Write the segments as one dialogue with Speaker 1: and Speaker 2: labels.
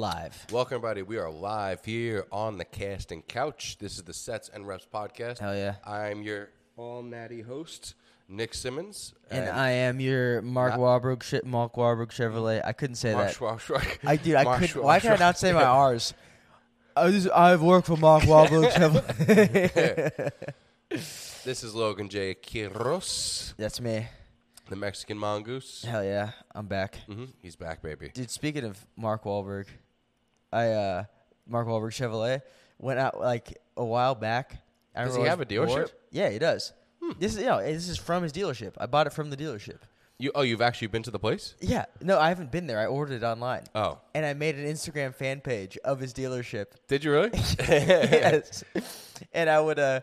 Speaker 1: Welcome, everybody. We are live here on the casting couch. This is the Sets and Reps podcast.
Speaker 2: Hell yeah.
Speaker 1: I'm your all natty host, Nick Simmons.
Speaker 2: And, I am your Mark Wahlberg shit, Mark Wahlberg Chevrolet. I couldn't say
Speaker 1: Mark
Speaker 2: that.
Speaker 1: Schwarzschwark.
Speaker 2: I dude, I
Speaker 1: Mark
Speaker 2: could. Why can I not say my
Speaker 1: Schwarzschwark.
Speaker 2: R's? I just, I've worked for Mark Wahlberg Chevrolet.
Speaker 1: This is Logan J. Quiros,
Speaker 2: That's me.
Speaker 1: the Mexican mongoose.
Speaker 2: Hell yeah, I'm back,
Speaker 1: hmm He's back, baby.
Speaker 2: dude. Speaking of Mark Wahlberg, I uh, Mark Wahlberg Chevrolet went out like a while back. I
Speaker 1: Does
Speaker 2: remember
Speaker 1: he
Speaker 2: I was
Speaker 1: have a dealership? Hmm.
Speaker 2: bored. Yeah, he does. This is you know, this is from his dealership. I bought it from the dealership.
Speaker 1: You? Oh, you've actually been to the place?
Speaker 2: Yeah, no, I haven't been there. I ordered it online.
Speaker 1: Oh,
Speaker 2: And I made an Instagram fan page of his dealership.
Speaker 1: did you really?
Speaker 2: yes. And I would uh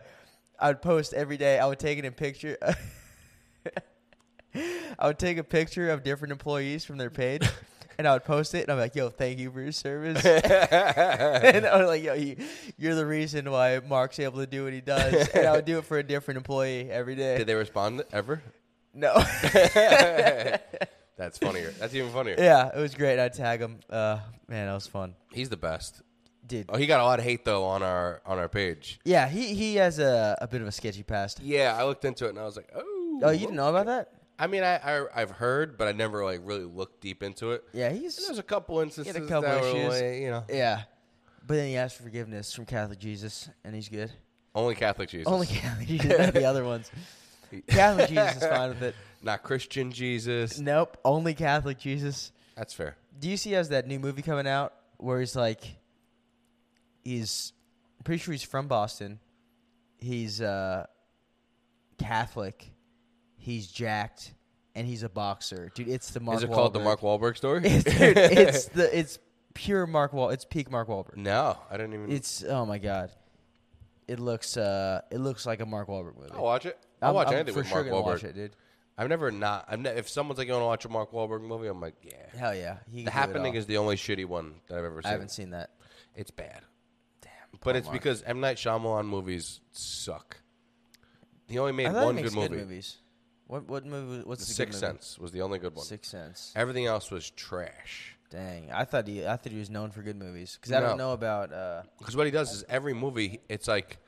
Speaker 2: I would post every day. I would take it in picture. I would take a picture of different employees from their page and I would post it and I'm like, "Yo, thank you for your service." and I was like, "Yo, you, you're the reason why Mark's able to do what he does." And I would do it for a different employee every day.
Speaker 1: did they respond ever?
Speaker 2: no.
Speaker 1: That's funnier. That's even funnier.
Speaker 2: yeah, it was great. I'd tag him. Uh man, that was fun.
Speaker 1: He's the best.
Speaker 2: Dude.
Speaker 1: Oh, he got a lot of hate though on our on our page.
Speaker 2: Yeah, he he has a a bit of a sketchy past.
Speaker 1: Yeah, I looked into it and I was like, oh.
Speaker 2: Oh, you didn't know about that?
Speaker 1: I mean, I, I I've heard, but I never like really looked deep into it.
Speaker 2: Yeah,
Speaker 1: And
Speaker 2: he's
Speaker 1: there's a couple instances
Speaker 2: He had a couple
Speaker 1: that were
Speaker 2: issues.
Speaker 1: like, you know,
Speaker 2: Yeah. But then he asked for forgiveness from Catholic Jesus, and he's good.
Speaker 1: only Catholic Jesus,
Speaker 2: Only Catholic Jesus, not the other ones. Catholic Jesus is fine with it.
Speaker 1: not Christian Jesus.
Speaker 2: Nope, only Catholic Jesus.
Speaker 1: That's fair.
Speaker 2: Do you see has that new movie coming out where he's like, he's I'm pretty sure he's from Boston. He's uh, Catholic. He's jacked, and he's a boxer, dude. It's the Mark.
Speaker 1: Is it called the
Speaker 2: Wahlberg.
Speaker 1: Mark Wahlberg story?
Speaker 2: It's, dude, it's the it's pure Mark Wall. It's peak Mark Wahlberg.
Speaker 1: no, I didn't even.
Speaker 2: It's oh my god. It looks uh it looks like a Mark Wahlberg movie.
Speaker 1: I'll watch it. I'll
Speaker 2: I'm-
Speaker 1: Oh, watch
Speaker 2: I'm
Speaker 1: anything
Speaker 2: for
Speaker 1: with
Speaker 2: sure
Speaker 1: Mark
Speaker 2: gonna
Speaker 1: Wahlberg.
Speaker 2: watch it, dude.
Speaker 1: I've never not. I've ne- if someone's like, "You want to watch a Mark Wahlberg movie?" I'm like, "Yeah."
Speaker 2: Hell yeah. He
Speaker 1: The Happening is the only shitty one that I've ever
Speaker 2: I
Speaker 1: seen.
Speaker 2: haven't seen that.
Speaker 1: It's bad.
Speaker 2: Damn.
Speaker 1: But
Speaker 2: poor
Speaker 1: it's
Speaker 2: Mark.
Speaker 1: because M Night Shyamalan movies suck. He only
Speaker 2: I
Speaker 1: made
Speaker 2: thought he
Speaker 1: one
Speaker 2: makes
Speaker 1: good movie.
Speaker 2: movies. What what movie
Speaker 1: The
Speaker 2: what's the
Speaker 1: Sixth
Speaker 2: good movie?
Speaker 1: Sense was the only good one.
Speaker 2: Sixth Sense.
Speaker 1: Everything else was trash.
Speaker 2: Dang. I thought he I thought he was known for good movies cuz I
Speaker 1: No.
Speaker 2: don't know about uh
Speaker 1: Because what he does is every movie, it's like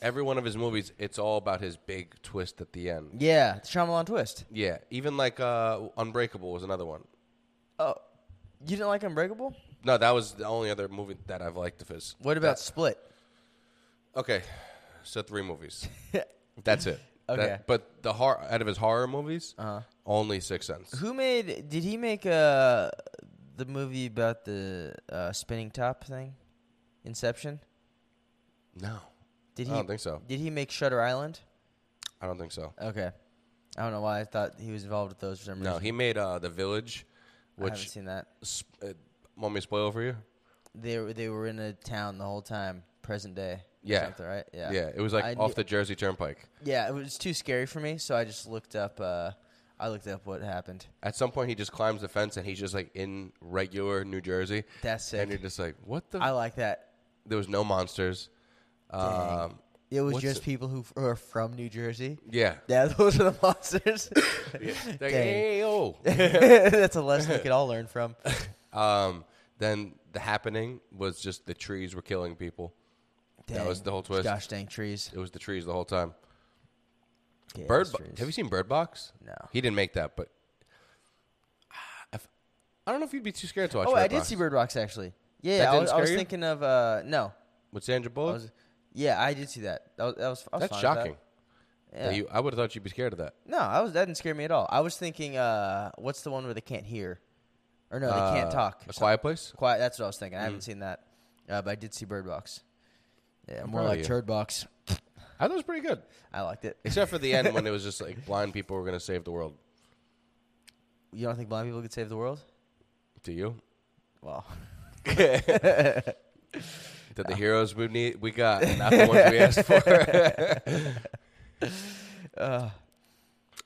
Speaker 1: every one of his movies, it's all about his big twist at the end.
Speaker 2: yeah, Shyamalan twist.
Speaker 1: Yeah, even like uh, Unbreakable was another one.
Speaker 2: Oh. You didn't like Unbreakable?
Speaker 1: No, that was the only other movie that I've liked of his.
Speaker 2: What about
Speaker 1: That-
Speaker 2: Split?
Speaker 1: okay, so three movies. That's it. That-
Speaker 2: Okay.
Speaker 1: but the horror out of his horror movies,
Speaker 2: Uh-huh.
Speaker 1: only Six Sense.
Speaker 2: Who made did he make uh the movie about the uh spinning top thing? Inception?
Speaker 1: No,
Speaker 2: Did
Speaker 1: I
Speaker 2: he
Speaker 1: don't think so.
Speaker 2: Did he make Shutter Island?
Speaker 1: I don't think so.
Speaker 2: Okay. I don't know why I thought he was involved with those for some reason.
Speaker 1: No, he made uh, The Village,
Speaker 2: I haven't
Speaker 1: which
Speaker 2: seen that.
Speaker 1: sp- uh, want me to spoil for you?
Speaker 2: They were they were in a town the whole time, present day. or
Speaker 1: Yeah.
Speaker 2: something, right? Yeah.
Speaker 1: Yeah, it was like
Speaker 2: I
Speaker 1: off
Speaker 2: knew-
Speaker 1: the Jersey Turnpike.
Speaker 2: Yeah, it was too scary for me, so I just looked up uh I looked up what happened.
Speaker 1: At some point, he just climbs the fence and he's just like in regular New Jersey.
Speaker 2: That's
Speaker 1: And you're
Speaker 2: sick.
Speaker 1: just like, what the?
Speaker 2: I like that.
Speaker 1: there was no monsters. Um,
Speaker 2: It was
Speaker 1: What's
Speaker 2: just
Speaker 1: it-
Speaker 2: people who f- who are from New Jersey.
Speaker 1: yeah.
Speaker 2: Yeah, those are the monsters.
Speaker 1: yeah. Like,
Speaker 2: Dang.
Speaker 1: hey, oh.
Speaker 2: That's a lesson we could all learn from.
Speaker 1: um, then the happening was just the trees were killing people. That was
Speaker 2: Dang.
Speaker 1: the whole twist.
Speaker 2: Gosh dang trees.
Speaker 1: It was the trees the whole time.
Speaker 2: Yeah,
Speaker 1: Bird.
Speaker 2: those
Speaker 1: Bo-
Speaker 2: trees.
Speaker 1: have you seen Bird Box?
Speaker 2: No.
Speaker 1: He didn't make that, but Ah, if, I don't know if you'd be too scared to watch.
Speaker 2: Oh,
Speaker 1: Bird
Speaker 2: I did
Speaker 1: Box.
Speaker 2: see Bird Rocks actually. Yeah,
Speaker 1: That
Speaker 2: I
Speaker 1: didn't
Speaker 2: was, I was
Speaker 1: scare you?
Speaker 2: thinking of uh no.
Speaker 1: with Sandra
Speaker 2: I
Speaker 1: Bullock.
Speaker 2: was, yeah, I did see that. That was, that was, I was fine
Speaker 1: That's
Speaker 2: with that.
Speaker 1: shocking.
Speaker 2: Yeah.
Speaker 1: You- I would have thought you'd be scared of that.
Speaker 2: No, I was that didn't scare me at all. I was thinking, uh, what's the one where they can't hear, or no, they can't
Speaker 1: Uh,
Speaker 2: talk.
Speaker 1: A
Speaker 2: Some-
Speaker 1: quiet Mm. place.
Speaker 2: quiet. That's what I was thinking. I haven't seen that, uh, but I did see Bird Box. Yeah, more
Speaker 1: proud of
Speaker 2: like
Speaker 1: you.
Speaker 2: Turd Box.
Speaker 1: I thought it was pretty good,
Speaker 2: I liked it.
Speaker 1: except for the end when it was just like blind people were gonna save the world.
Speaker 2: You don't think blind people could save the world?
Speaker 1: Do you?
Speaker 2: Well,
Speaker 1: That the heroes we need we got, not the ones we asked for.
Speaker 2: uh,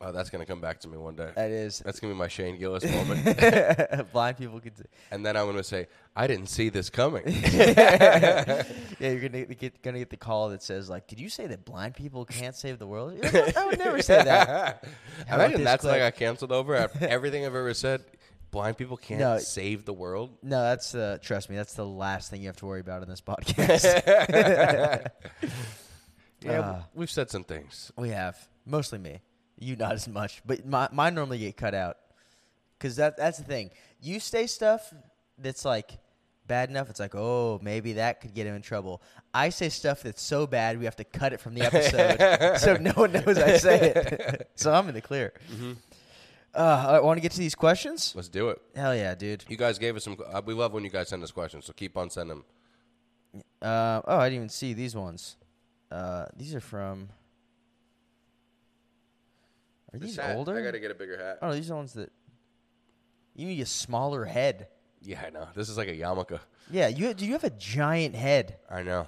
Speaker 1: oh, that's gonna come back to me one day.
Speaker 2: that is
Speaker 1: That's gonna be my Shane Gillis moment.
Speaker 2: blind people could. s-
Speaker 1: and then I'm gonna say, I didn't see this coming.
Speaker 2: Yeah, you're gonna get gonna get the call that says like, "Did you say that blind people can't save the world?" You're like, I would never say that. How about
Speaker 1: Imagine
Speaker 2: this
Speaker 1: that's like
Speaker 2: clip?
Speaker 1: I got canceled over after everything I've ever said. blind people can't
Speaker 2: No.
Speaker 1: save the world.
Speaker 2: No, that's uh, trust me, that's the last thing you have to worry about in this podcast.
Speaker 1: Yeah,
Speaker 2: Uh.
Speaker 1: we've said some things.
Speaker 2: we have mostly me, you not as much, but my mine normally get cut out because that that's the thing. You say stuff that's like bad enough. It's like oh maybe that could get him in trouble. I say stuff that's so bad we have to cut it from the episode, so no one knows I say it. so I'm in the clear.
Speaker 1: Mm-hmm.
Speaker 2: Uh, I want to get to these questions.
Speaker 1: Let's do it.
Speaker 2: Hell yeah, dude.
Speaker 1: You guys gave us some. Uh, we love when you guys send us questions, so keep on sending them.
Speaker 2: Uh, oh, I didn't even see these ones. Uh, these are from. Are these older?
Speaker 1: I gotta get a bigger hat.
Speaker 2: oh, these are ones that. You need a smaller head.
Speaker 1: Yeah, I know. This is like a yarmulke.
Speaker 2: Yeah, you do. You have a giant head,
Speaker 1: I know.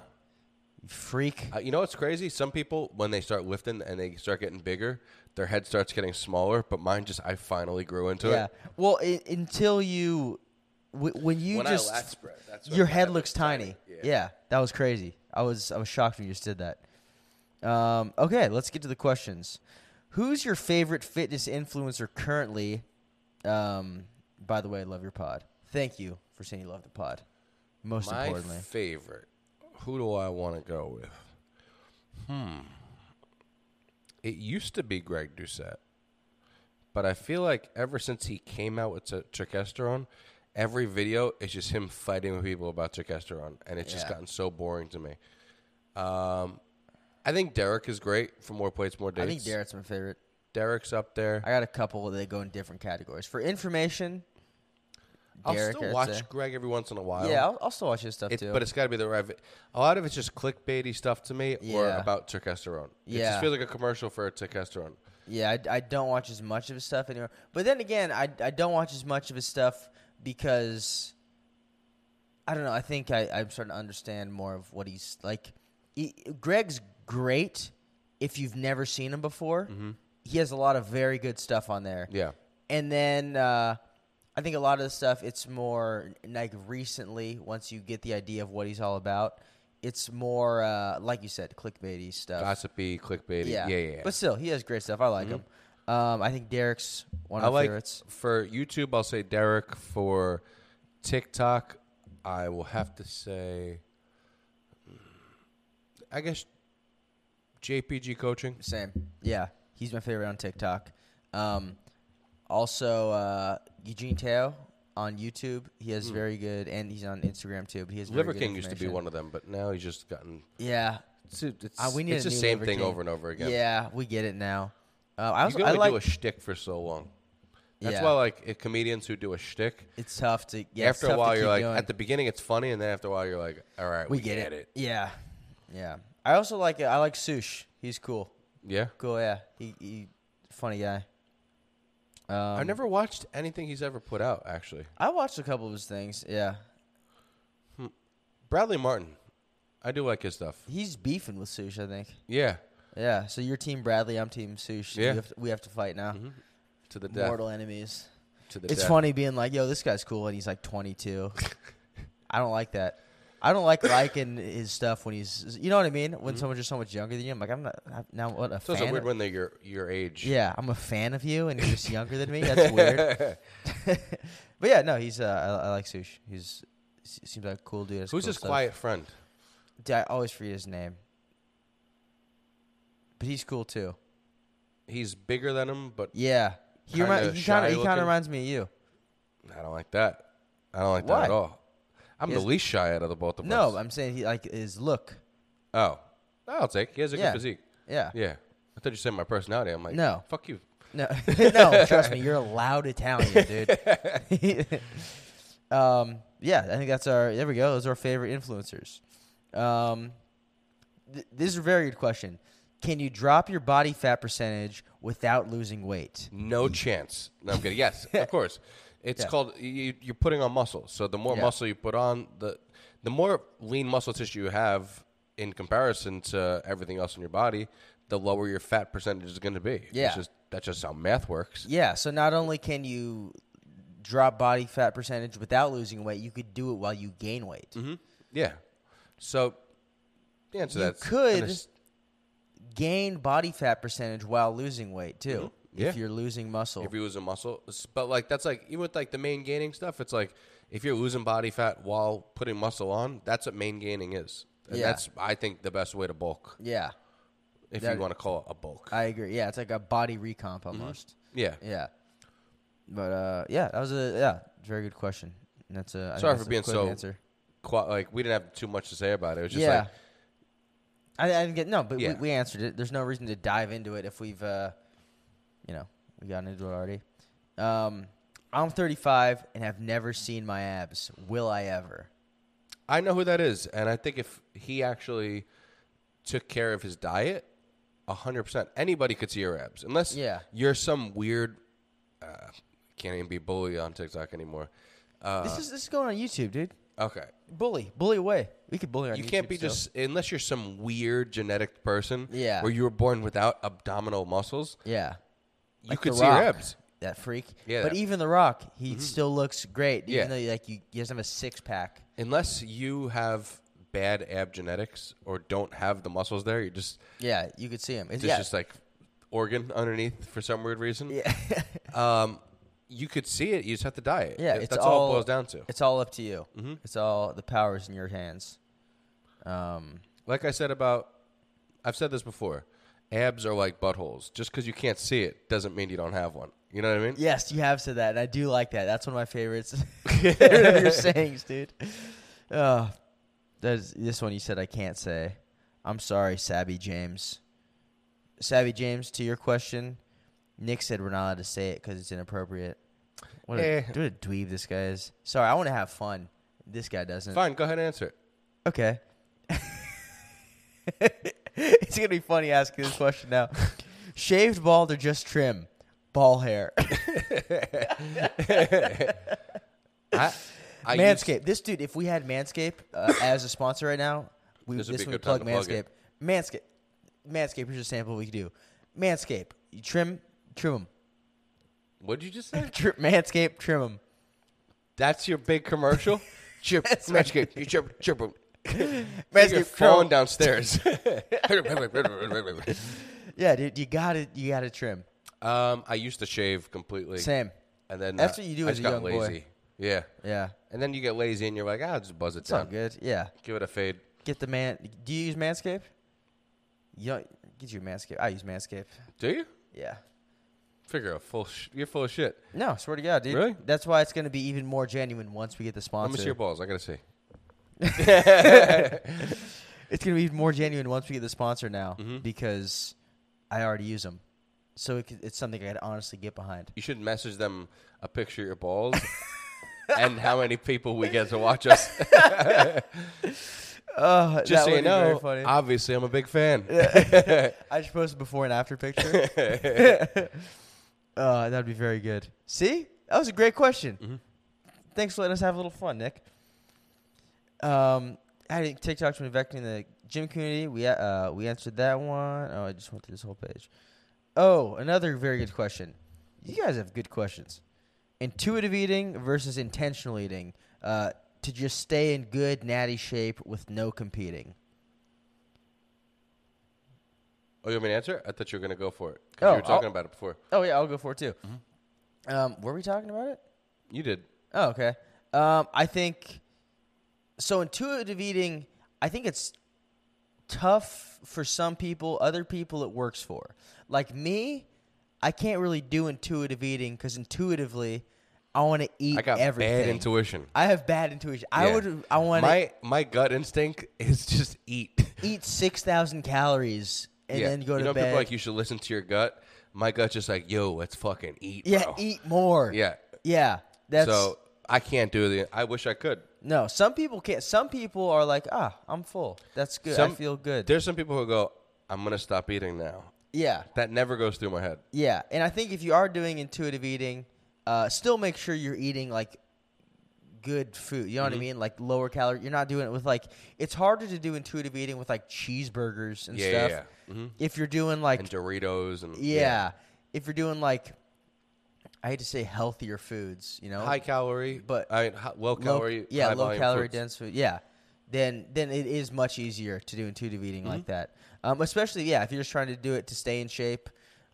Speaker 2: you freak.
Speaker 1: Uh, you know what's crazy? Some people, when they start lifting and they start getting bigger, their head starts getting smaller. But mine just, I finally grew into
Speaker 2: yeah.
Speaker 1: it.
Speaker 2: Well, i until you, w- when you
Speaker 1: when
Speaker 2: just
Speaker 1: I lat spread, that's when
Speaker 2: your
Speaker 1: my
Speaker 2: head looks tiny.
Speaker 1: Yeah.
Speaker 2: Yeah. that was crazy. I was I was shocked when you just did that. Um, okay, let's get to the questions. Who's your favorite fitness influencer currently? Um, by the way, I love your pod. Thank you for saying you love the pod. Most
Speaker 1: My
Speaker 2: importantly,
Speaker 1: favorite. Who do I want to go with? Hmm. It used to be Greg Doucette, but I feel like ever since he came out with t- Trichesterone, every video is just him fighting with people about Trichesterone, and it's just
Speaker 2: Yeah.
Speaker 1: gotten so boring to me. Um, I think Derek is great for more plates, more dates.
Speaker 2: I think Derek's my favorite.
Speaker 1: Derek's up there.
Speaker 2: I got a couple that go in different categories for information.
Speaker 1: I'll
Speaker 2: Derek,
Speaker 1: still
Speaker 2: I'd
Speaker 1: watch
Speaker 2: say.
Speaker 1: Greg every once in a while.
Speaker 2: Yeah, I'll, I'll still watch his stuff
Speaker 1: It,
Speaker 2: too.
Speaker 1: but it's got to be the right. vi- A lot of it's just clickbaity stuff to me, or
Speaker 2: Yeah.
Speaker 1: about testosterone. it just
Speaker 2: Yeah.
Speaker 1: feels like a commercial for testosterone.
Speaker 2: Yeah, I, I don't watch as much of his stuff anymore. But then again, I, I don't watch as much of his stuff because I don't know. I think I, I'm starting to understand more of what he's like. He, Greg's great if you've never seen him before.
Speaker 1: Mm-hmm.
Speaker 2: He has a lot of very good stuff on there.
Speaker 1: Yeah,
Speaker 2: And then uh, I think a lot of the stuff, it's more like recently, once you get the idea of what he's all about, it's more, uh, like you said, clickbaity stuff.
Speaker 1: gossipy, clickbaity. Yeah, yeah, yeah. Mm-hmm.
Speaker 2: But still, he has great stuff. I like him. Um, I think Derek's one of
Speaker 1: I
Speaker 2: my
Speaker 1: like
Speaker 2: favorites.
Speaker 1: for YouTube. I'll say Derek for TikTok. I will have to say, mm, I guess JPG coaching.
Speaker 2: Same. Yeah, he's my favorite on TikTok. Um, also, uh, Eugene Tao on YouTube. He has very good, and he's on Instagram too. But he has very
Speaker 1: Hmm. Liver
Speaker 2: good
Speaker 1: King used to be
Speaker 2: information.
Speaker 1: one of them, but now he's just gotten.
Speaker 2: Yeah.
Speaker 1: It's, it's,
Speaker 2: Uh, we need
Speaker 1: it's
Speaker 2: a
Speaker 1: the
Speaker 2: new
Speaker 1: same
Speaker 2: Liver
Speaker 1: thing
Speaker 2: King.
Speaker 1: over and over again.
Speaker 2: Yeah, we get it now. Uh, I
Speaker 1: you
Speaker 2: also
Speaker 1: can
Speaker 2: I
Speaker 1: only
Speaker 2: like
Speaker 1: do a shtick for so long. That's
Speaker 2: Yeah.
Speaker 1: why, like, it, comedians who do a shtick,
Speaker 2: it's tough to yeah, it's
Speaker 1: after a
Speaker 2: tough to
Speaker 1: while, you're
Speaker 2: keep
Speaker 1: like,
Speaker 2: going.
Speaker 1: at the beginning it's funny, and then after a while, you're like, all right, we,
Speaker 2: we get,
Speaker 1: it.
Speaker 2: it. Yeah, yeah. I also like it. I like Sush. He's cool.
Speaker 1: Yeah.
Speaker 2: Cool. Yeah, he, he funny guy. Um,
Speaker 1: I've never watched anything he's ever put out, actually.
Speaker 2: I watched a couple of his things. Yeah,
Speaker 1: Bradley Martin. I do like his stuff.
Speaker 2: he's beefing with Sush, I think.
Speaker 1: Yeah.
Speaker 2: Yeah. So you're Team Bradley, I'm Team Sush.
Speaker 1: Yeah.
Speaker 2: We have to, we have to fight now.
Speaker 1: To the death.
Speaker 2: Mortal enemies.
Speaker 1: To the
Speaker 2: It's
Speaker 1: death.
Speaker 2: funny being like, "Yo, this guy's cool," and he's like 22. I don't like that. I don't like liking his stuff when he's, you know what I mean. When someone's just so much younger than you, I'm like, I'm not I'm now what a
Speaker 1: Mm-hmm. So it's
Speaker 2: fan.
Speaker 1: a weird
Speaker 2: of-
Speaker 1: when they're your, your age.
Speaker 2: Yeah, I'm a fan of you, and you're just younger than me. That's weird. but yeah, no, he's. Uh, I, I like Sush. He's s- seems like a cool dude. has
Speaker 1: Who's
Speaker 2: cool
Speaker 1: his
Speaker 2: stuff.
Speaker 1: quiet friend?
Speaker 2: Dude, I always forget his name. But he's cool too.
Speaker 1: He's bigger than him, but
Speaker 2: Yeah. He
Speaker 1: Kinda
Speaker 2: remi- he
Speaker 1: shy
Speaker 2: kind of he kind
Speaker 1: looking.
Speaker 2: of reminds me of you.
Speaker 1: I don't like that. I don't like that
Speaker 2: Why?
Speaker 1: at all. I'm
Speaker 2: He
Speaker 1: the
Speaker 2: has-
Speaker 1: least shy out of the both of
Speaker 2: No,
Speaker 1: us.
Speaker 2: I'm saying he like his look.
Speaker 1: Oh. I'll take. He has a
Speaker 2: Yeah.
Speaker 1: good physique.
Speaker 2: Yeah.
Speaker 1: Yeah. I thought you said my personality. I'm like,
Speaker 2: No.
Speaker 1: Fuck you.
Speaker 2: No. no, trust me, you're a loud Italian, dude. um yeah, I think that's our there we go. Those are our favorite influencers. Um th- this is a very good question. Can you drop your body fat percentage without losing weight?
Speaker 1: No chance. No, I'm kidding. Yes, of course. It's
Speaker 2: Yeah.
Speaker 1: called you, you're putting on muscle. So the more
Speaker 2: Yeah.
Speaker 1: muscle you put on, the the more lean muscle tissue you have in comparison to everything else in your body, the lower your fat percentage is going to be.
Speaker 2: Yeah.
Speaker 1: It's just that's just how math works.
Speaker 2: Yeah, so not only can you drop body fat percentage without losing weight, you could do it while you gain weight.
Speaker 1: Mm-hmm. Yeah. So the answer to
Speaker 2: You
Speaker 1: that's
Speaker 2: could- gain body fat percentage while losing weight too.
Speaker 1: Mm-hmm. Yeah.
Speaker 2: if you're losing muscle.
Speaker 1: If you lose a muscle, s- but like that's like even with like the main gaining stuff, it's like if you're losing body fat while putting muscle on, that's what main gaining is. And
Speaker 2: Yeah.
Speaker 1: That's I think the best way to bulk,
Speaker 2: yeah,
Speaker 1: if
Speaker 2: That-
Speaker 1: you want to call it a bulk.
Speaker 2: I agree. Yeah, it's like a body recomp
Speaker 1: Mm-hmm.
Speaker 2: almost.
Speaker 1: yeah.
Speaker 2: Yeah, but uh, yeah, that was a yeah, very good question. And That's a I think
Speaker 1: Sorry
Speaker 2: that's
Speaker 1: for
Speaker 2: a
Speaker 1: being
Speaker 2: quick
Speaker 1: so-
Speaker 2: answer.
Speaker 1: Qua- like we didn't have too much to say about it. It was just
Speaker 2: yeah.
Speaker 1: like
Speaker 2: I, I didn't get no, but
Speaker 1: Yeah.
Speaker 2: we, we answered it. There's no reason to dive into it if we've, uh, you know, we got into it already. Um, I'm 35 and have never seen my abs. Will I ever?
Speaker 1: I know who that is, and I think if he actually took care of his diet, hundred percent, anybody could see your abs, unless
Speaker 2: Yeah.
Speaker 1: you're some weird. Uh, can't even be bully on TikTok anymore. Uh,
Speaker 2: this is this is going on YouTube, dude.
Speaker 1: okay,
Speaker 2: Bully, bully away. We could bully on
Speaker 1: you can't
Speaker 2: YouTube
Speaker 1: be
Speaker 2: still.
Speaker 1: just unless you're some weird genetic person.
Speaker 2: Yeah.
Speaker 1: where you were born without abdominal muscles,
Speaker 2: yeah.
Speaker 1: you
Speaker 2: Like
Speaker 1: could
Speaker 2: The
Speaker 1: see your
Speaker 2: Rock,
Speaker 1: abs.
Speaker 2: That freak.
Speaker 1: Yeah,
Speaker 2: But
Speaker 1: that-
Speaker 2: even The Rock, he still looks great. Even
Speaker 1: Yeah.
Speaker 2: though like you, he doesn't have a six pack.
Speaker 1: Unless you have bad ab genetics or don't have the muscles there, you just
Speaker 2: Yeah, you could see him. It's,
Speaker 1: there's
Speaker 2: yeah.
Speaker 1: just like organ underneath for some weird reason.
Speaker 2: yeah.
Speaker 1: Um, you could see it. You just have to diet.
Speaker 2: Yeah,
Speaker 1: If
Speaker 2: it's
Speaker 1: that's all,
Speaker 2: all-
Speaker 1: it boils down to.
Speaker 2: it's all up to you. It's all the powers in your hands. Um,
Speaker 1: Like I said about, I've said this before. Abs are like buttholes. Just because you can't see it doesn't mean you don't have one. You know what I mean?
Speaker 2: Yes, you have said that, and I do like that. That's one of my favorites. of your sayings, dude. Oh, that's, this one you said I can't say. I'm sorry, Sabby James. Sabby James, to your question, Nick said we're not allowed to say it because it's inappropriate. What a,
Speaker 1: Eh.
Speaker 2: what a dweeb this guy is. Sorry, I want to have fun. This guy doesn't.
Speaker 1: Fine, go ahead and answer it.
Speaker 2: Okay. it's gonna be funny asking this question now. Shaved bald or just trim? Ball hair.
Speaker 1: I, I used-
Speaker 2: Manscaped. This dude, if we had Manscaped uh, as a sponsor right now, we
Speaker 1: This
Speaker 2: this,
Speaker 1: would be a
Speaker 2: would
Speaker 1: good time
Speaker 2: plug
Speaker 1: to plug
Speaker 2: Manscaped.
Speaker 1: it.
Speaker 2: Manscaped. Manscaped. Here's a sample we could do. Manscaped. You trim, trim them.
Speaker 1: what'd you just say?
Speaker 2: Tri- Manscaped, trim them.
Speaker 1: That's your big commercial. Chip,
Speaker 2: That's right.
Speaker 1: Manscaped, you chip, chip. 'em. You're
Speaker 2: Manscaped, trim
Speaker 1: falling
Speaker 2: 'em.
Speaker 1: downstairs.
Speaker 2: Yeah, dude, you got to You got to trim.
Speaker 1: um, I used to shave completely.
Speaker 2: Sam.
Speaker 1: And then
Speaker 2: That's
Speaker 1: uh,
Speaker 2: what you do
Speaker 1: I
Speaker 2: as
Speaker 1: just
Speaker 2: a
Speaker 1: got
Speaker 2: young boy.
Speaker 1: lazy. Yeah.
Speaker 2: Yeah,
Speaker 1: And then you get lazy and you're like, ah, just buzz it
Speaker 2: it's all
Speaker 1: down.
Speaker 2: good. Yeah,
Speaker 1: Give it a fade.
Speaker 2: get the man. Do you use Manscaped? You don't, get you Manscaped. I use Manscaped.
Speaker 1: Do you?
Speaker 2: Yeah.
Speaker 1: Figure out full. Sh- you're full of shit.
Speaker 2: No, swear to God, dude.
Speaker 1: Really?
Speaker 2: That's why it's gonna be even more genuine once we get the
Speaker 1: Let me
Speaker 2: sponsor.
Speaker 1: see your balls. I gotta see.
Speaker 2: It's gonna be more genuine once we get the sponsor now
Speaker 1: Mm-hmm.
Speaker 2: because I already use them, so it, could- it's something I could honestly get behind.
Speaker 1: You should message them a picture of your balls and how many people we get to watch us.
Speaker 2: Uh,
Speaker 1: Just so you know, obviously I'm a big fan.
Speaker 2: I just posted before and after picture. uh, that'd be very good. See, that was a great question.
Speaker 1: Mm-hmm.
Speaker 2: Thanks for letting us have a little fun, Nick. Um, I think TikTok's been affecting the gym community. We uh we answered that one. Oh, I just went through this whole page. Oh, another very good question. You guys have good questions. Intuitive eating versus intentional eating. Uh, to just stay in good natty shape with no competing.
Speaker 1: Oh, you want me to answer? I thought you were gonna go for it. 'cause
Speaker 2: Oh,
Speaker 1: you were talking
Speaker 2: I'll-
Speaker 1: about it before.
Speaker 2: Oh yeah, I'll go for it too. Um, were we talking about it?
Speaker 1: You did.
Speaker 2: Oh, okay. Um, I think so. Intuitive eating, I think it's tough for some people. Other people, it works for. Like me, I can't really do intuitive eating because intuitively, I want to eat
Speaker 1: I got
Speaker 2: everything.
Speaker 1: bad intuition.
Speaker 2: I have bad intuition. I
Speaker 1: Yeah.
Speaker 2: would. I want to
Speaker 1: My my gut instinct is just eat.
Speaker 2: eat six thousand calories and then go
Speaker 1: you
Speaker 2: to
Speaker 1: know
Speaker 2: bed.
Speaker 1: people like you should listen to your gut. My gut's just like, yo, let's fucking eat.
Speaker 2: yeah,
Speaker 1: bro.
Speaker 2: eat more.
Speaker 1: Yeah.
Speaker 2: yeah. That's
Speaker 1: so I can't do the. I wish I could.
Speaker 2: No, some people can't. Some people are like, ah, I'm full. That's good. I
Speaker 1: Some-
Speaker 2: feel good.
Speaker 1: There's some people who go, I'm gonna stop eating now.
Speaker 2: yeah,
Speaker 1: That never goes through my head.
Speaker 2: yeah. And I think if you are doing intuitive eating, uh, still make sure you're eating like good food. You know
Speaker 1: Mm-hmm.
Speaker 2: what I mean? Like lower calorie. You're not doing it with like. It's harder to do intuitive eating with like cheeseburgers and
Speaker 1: Yeah, yeah,
Speaker 2: stuff.
Speaker 1: yeah. Mhm.
Speaker 2: If you're doing like,
Speaker 1: And Doritos and
Speaker 2: yeah, if you're doing like, I hate to say healthier foods. You know,
Speaker 1: high calorie,
Speaker 2: But-
Speaker 1: I mean, hi- low
Speaker 2: low-
Speaker 1: calorie,
Speaker 2: yeah,
Speaker 1: high
Speaker 2: low
Speaker 1: volume
Speaker 2: calorie
Speaker 1: foods.
Speaker 2: dense food, yeah, then then it is
Speaker 1: Mm-hmm.
Speaker 2: much easier to do intuitive eating like that. Um, especially yeah, if you're just trying to do it to stay in shape,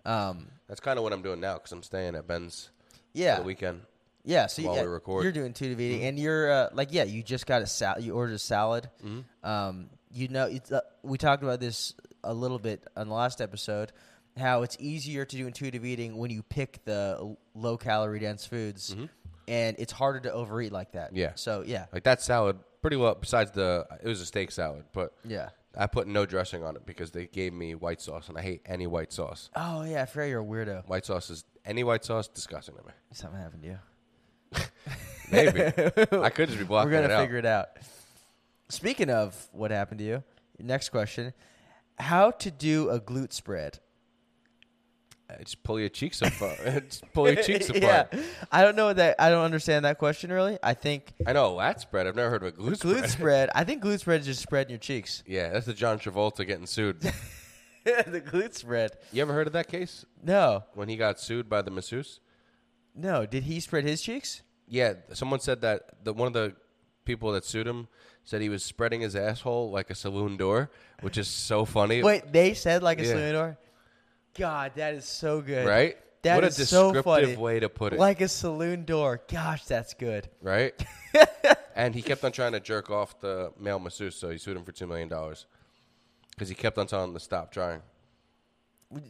Speaker 2: Um,
Speaker 1: That's kind of what I'm doing now because I'm staying at Ben's for
Speaker 2: yeah,
Speaker 1: the weekend.
Speaker 2: yeah. So you-
Speaker 1: while
Speaker 2: yeah,
Speaker 1: we record. Mm-hmm.
Speaker 2: you're doing two DVD, and you're uh, like, yeah, you just got a salad. You ordered a salad.
Speaker 1: Mhm.
Speaker 2: Um, you know, it's, uh, we talked about this a little bit on the last episode. How it's easier to do intuitive eating when you pick the low calorie dense foods, and it's harder to overeat like that.
Speaker 1: Mm-hmm. Yeah.
Speaker 2: So yeah,
Speaker 1: Like that salad, pretty well. Besides the, it was a steak salad, but
Speaker 2: yeah.
Speaker 1: I put no dressing on it because they gave me white sauce, and I hate any white sauce.
Speaker 2: Oh yeah, I forgot you're a weirdo.
Speaker 1: White sauce is any white sauce disgusting to me.
Speaker 2: Something happened to you.
Speaker 1: Maybe I could just be blocking
Speaker 2: We're
Speaker 1: it
Speaker 2: gonna
Speaker 1: out.
Speaker 2: figure it out. Speaking of what happened to you, next question: How to do a glute spread?
Speaker 1: Uh, Just pull your cheeks apart. just pull your cheeks apart.
Speaker 2: yeah, I don't know that. I don't understand that question really. I think
Speaker 1: I know a lat spread. I've never heard of a glute,
Speaker 2: glute
Speaker 1: spread.
Speaker 2: spread. I think glute spread is just spreading your cheeks.
Speaker 1: Yeah, that's the John Travolta getting sued.
Speaker 2: the glute spread.
Speaker 1: you ever heard of that case
Speaker 2: No,
Speaker 1: when he got sued by the masseuse?
Speaker 2: no. Did he spread his cheeks?
Speaker 1: Yeah, someone said that the one of the people that sued him said he was spreading his asshole like a saloon door, which is so funny.
Speaker 2: Wait, they said like a
Speaker 1: Yeah.
Speaker 2: saloon door. God, that is so good.
Speaker 1: right?
Speaker 2: That
Speaker 1: what a
Speaker 2: is so
Speaker 1: descriptive
Speaker 2: funny.
Speaker 1: way to put it,
Speaker 2: Like a saloon door. Gosh, that's good.
Speaker 1: right? and he kept on trying to jerk off the male masseuse, so he sued him for two million dollars because he kept on telling him to stop trying.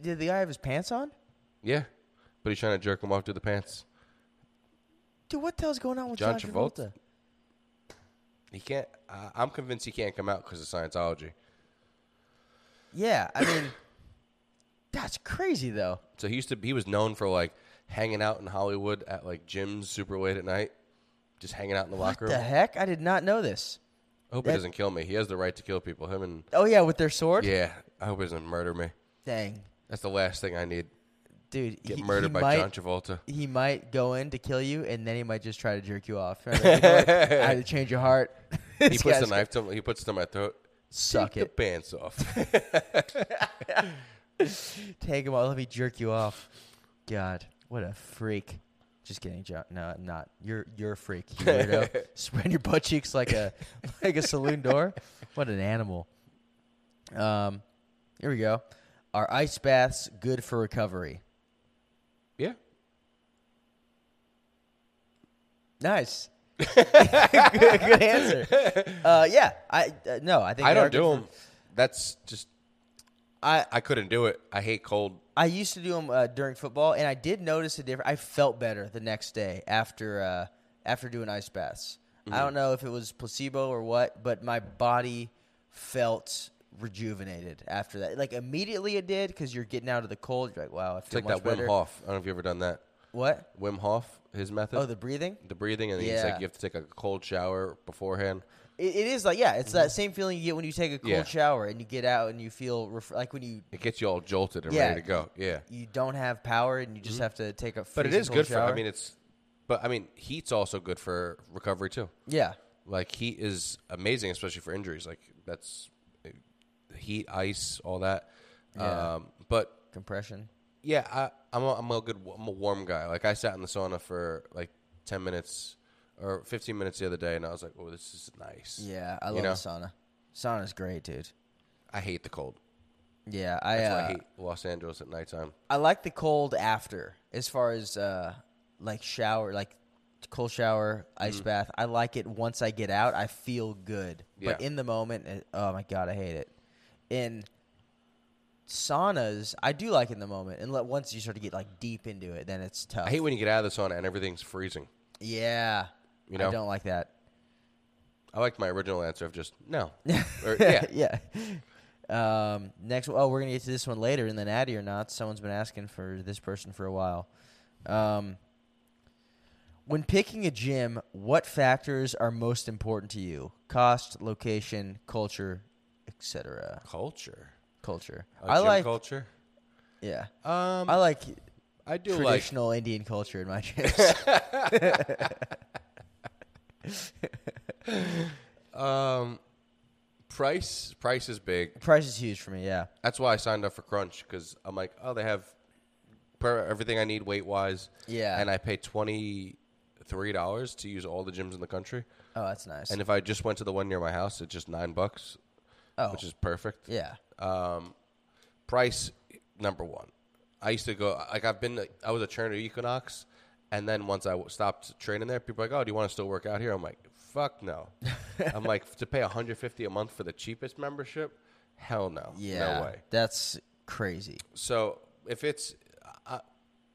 Speaker 2: Did the guy have his pants on?
Speaker 1: Yeah, but he's trying to jerk him off through the pants.
Speaker 2: Dude, what the hell's going on with John,
Speaker 1: John
Speaker 2: Travolta?
Speaker 1: Travolta. He can't. I I'm convinced he can't come out because of Scientology.
Speaker 2: Yeah, I mean, that's crazy though.
Speaker 1: So he used to. He was known for like hanging out in Hollywood at like gyms super late at night, just hanging out in the locker
Speaker 2: What the
Speaker 1: room.
Speaker 2: heck? I did not know this.
Speaker 1: I hope
Speaker 2: that-
Speaker 1: he doesn't kill me. He has the right to kill people. Him and
Speaker 2: Oh yeah, with their sword.
Speaker 1: yeah, I hope he doesn't murder me.
Speaker 2: Dang,
Speaker 1: That's the last thing I need.
Speaker 2: dude,
Speaker 1: Get
Speaker 2: he,
Speaker 1: murdered
Speaker 2: he
Speaker 1: by
Speaker 2: might,
Speaker 1: John Travolta.
Speaker 2: He might go in to kill you, and then he might just try to jerk you off. Right? Like, you know what? I had to change your heart.
Speaker 1: He puts the knife to him. He puts it to my throat.
Speaker 2: Suck
Speaker 1: Take
Speaker 2: it.
Speaker 1: the pants off.
Speaker 2: Take him off. Let me jerk you off. God, what a freak. Just kidding, John. No, I'm not. You're you're a freak. You weirdo. Spread your butt cheeks like a like a saloon door. What an animal. Um, here we go. Are ice baths good for recovery?
Speaker 1: yeah.
Speaker 2: Nice. good, good answer. Uh, yeah. I uh, no. I think
Speaker 1: I
Speaker 2: they are good
Speaker 1: don't do
Speaker 2: for-
Speaker 1: them. That's just.
Speaker 2: I
Speaker 1: I couldn't do it. I hate cold.
Speaker 2: I used to do them uh, during football, and I did notice a difference. I felt better the next day after uh, after doing ice baths.
Speaker 1: Mm-hmm.
Speaker 2: I don't know if it was placebo or what, but my body felt rejuvenated after that. Like immediately it did because you're getting out of the cold. You're like, wow, I
Speaker 1: It's
Speaker 2: feel
Speaker 1: like
Speaker 2: much
Speaker 1: that Wim
Speaker 2: better.
Speaker 1: Hof. I don't know if you have ever done that.
Speaker 2: What?
Speaker 1: Wim Hof, his method.
Speaker 2: Oh, the breathing.
Speaker 1: the breathing, and he's
Speaker 2: Yeah.
Speaker 1: like, you have to take a cold shower beforehand.
Speaker 2: It, it is like yeah, it's that same feeling you get when you take a cold
Speaker 1: Mm-hmm. Yeah.
Speaker 2: shower and you get out and you feel ref- like when you
Speaker 1: It gets you all jolted and
Speaker 2: Yeah.
Speaker 1: ready to go. Yeah,
Speaker 2: you don't have power and you just have to take a.
Speaker 1: Mm-hmm. but it
Speaker 2: freezing
Speaker 1: is
Speaker 2: cold
Speaker 1: good for.
Speaker 2: shower.
Speaker 1: I mean, it's, but I mean, heat's also good for recovery too.
Speaker 2: yeah,
Speaker 1: Like heat is amazing, especially for injuries. Like that's eh, heat, ice, all that.
Speaker 2: Yeah.
Speaker 1: Um, but
Speaker 2: compression.
Speaker 1: yeah, I, I'm a, I'm a good I'm a warm guy. Like I sat in the sauna for like ten minutes or fifteen minutes the other day, and I was like, oh, this is nice.
Speaker 2: Yeah, I
Speaker 1: You
Speaker 2: love
Speaker 1: know?
Speaker 2: the sauna. Sauna's great, dude.
Speaker 1: I hate the cold.
Speaker 2: Yeah, I
Speaker 1: That's
Speaker 2: uh,
Speaker 1: why I
Speaker 2: I,
Speaker 1: hate Los Angeles at nighttime.
Speaker 2: like the cold after as far as uh like shower, like cold shower,
Speaker 1: Mm.
Speaker 2: ice bath. I like it once I get out. I feel good. But
Speaker 1: Yeah.
Speaker 2: in the moment, it, oh my god, I hate it. In saunas, I do like it in the moment. And let, once you start to get like deep into it, then it's tough.
Speaker 1: I hate when you get out of the sauna and everything's freezing.
Speaker 2: yeah.
Speaker 1: You
Speaker 2: I
Speaker 1: know?
Speaker 2: don't like that.
Speaker 1: I liked my original answer of just no. Or, yeah.
Speaker 2: yeah. Um, next, oh, we're gonna get to this one later in the natty or not. Someone's been asking for this person for a while. Um, when picking a gym, what factors are most important to you? Cost, location, culture, etc.
Speaker 1: Culture.
Speaker 2: Culture.
Speaker 1: Uh,
Speaker 2: I
Speaker 1: gym
Speaker 2: like.
Speaker 1: culture.
Speaker 2: yeah,
Speaker 1: Um,
Speaker 2: I like
Speaker 1: I do like.
Speaker 2: traditional Indian culture in my gyms.
Speaker 1: Um, price. Price is big.
Speaker 2: Price is huge for me. Yeah.
Speaker 1: That's why I signed up for Crunch because I'm like, oh, they have per everything I need weight wise.
Speaker 2: Yeah.
Speaker 1: And I pay twenty three dollars to use all the gyms in the country.
Speaker 2: Oh, that's nice.
Speaker 1: And if I just went to the one near my house, it's just nine bucks,
Speaker 2: oh,
Speaker 1: which is perfect.
Speaker 2: yeah.
Speaker 1: Um, price number one. I used to go like I've been I was a trainer at Equinox, and then once I w- stopped training there, people were like, oh, do you want to still work out here? I'm like, fuck no. I'm like to pay 150 a month for the cheapest membership. Hell no.
Speaker 2: Yeah,
Speaker 1: No way.
Speaker 2: that's crazy.
Speaker 1: So if it's, I,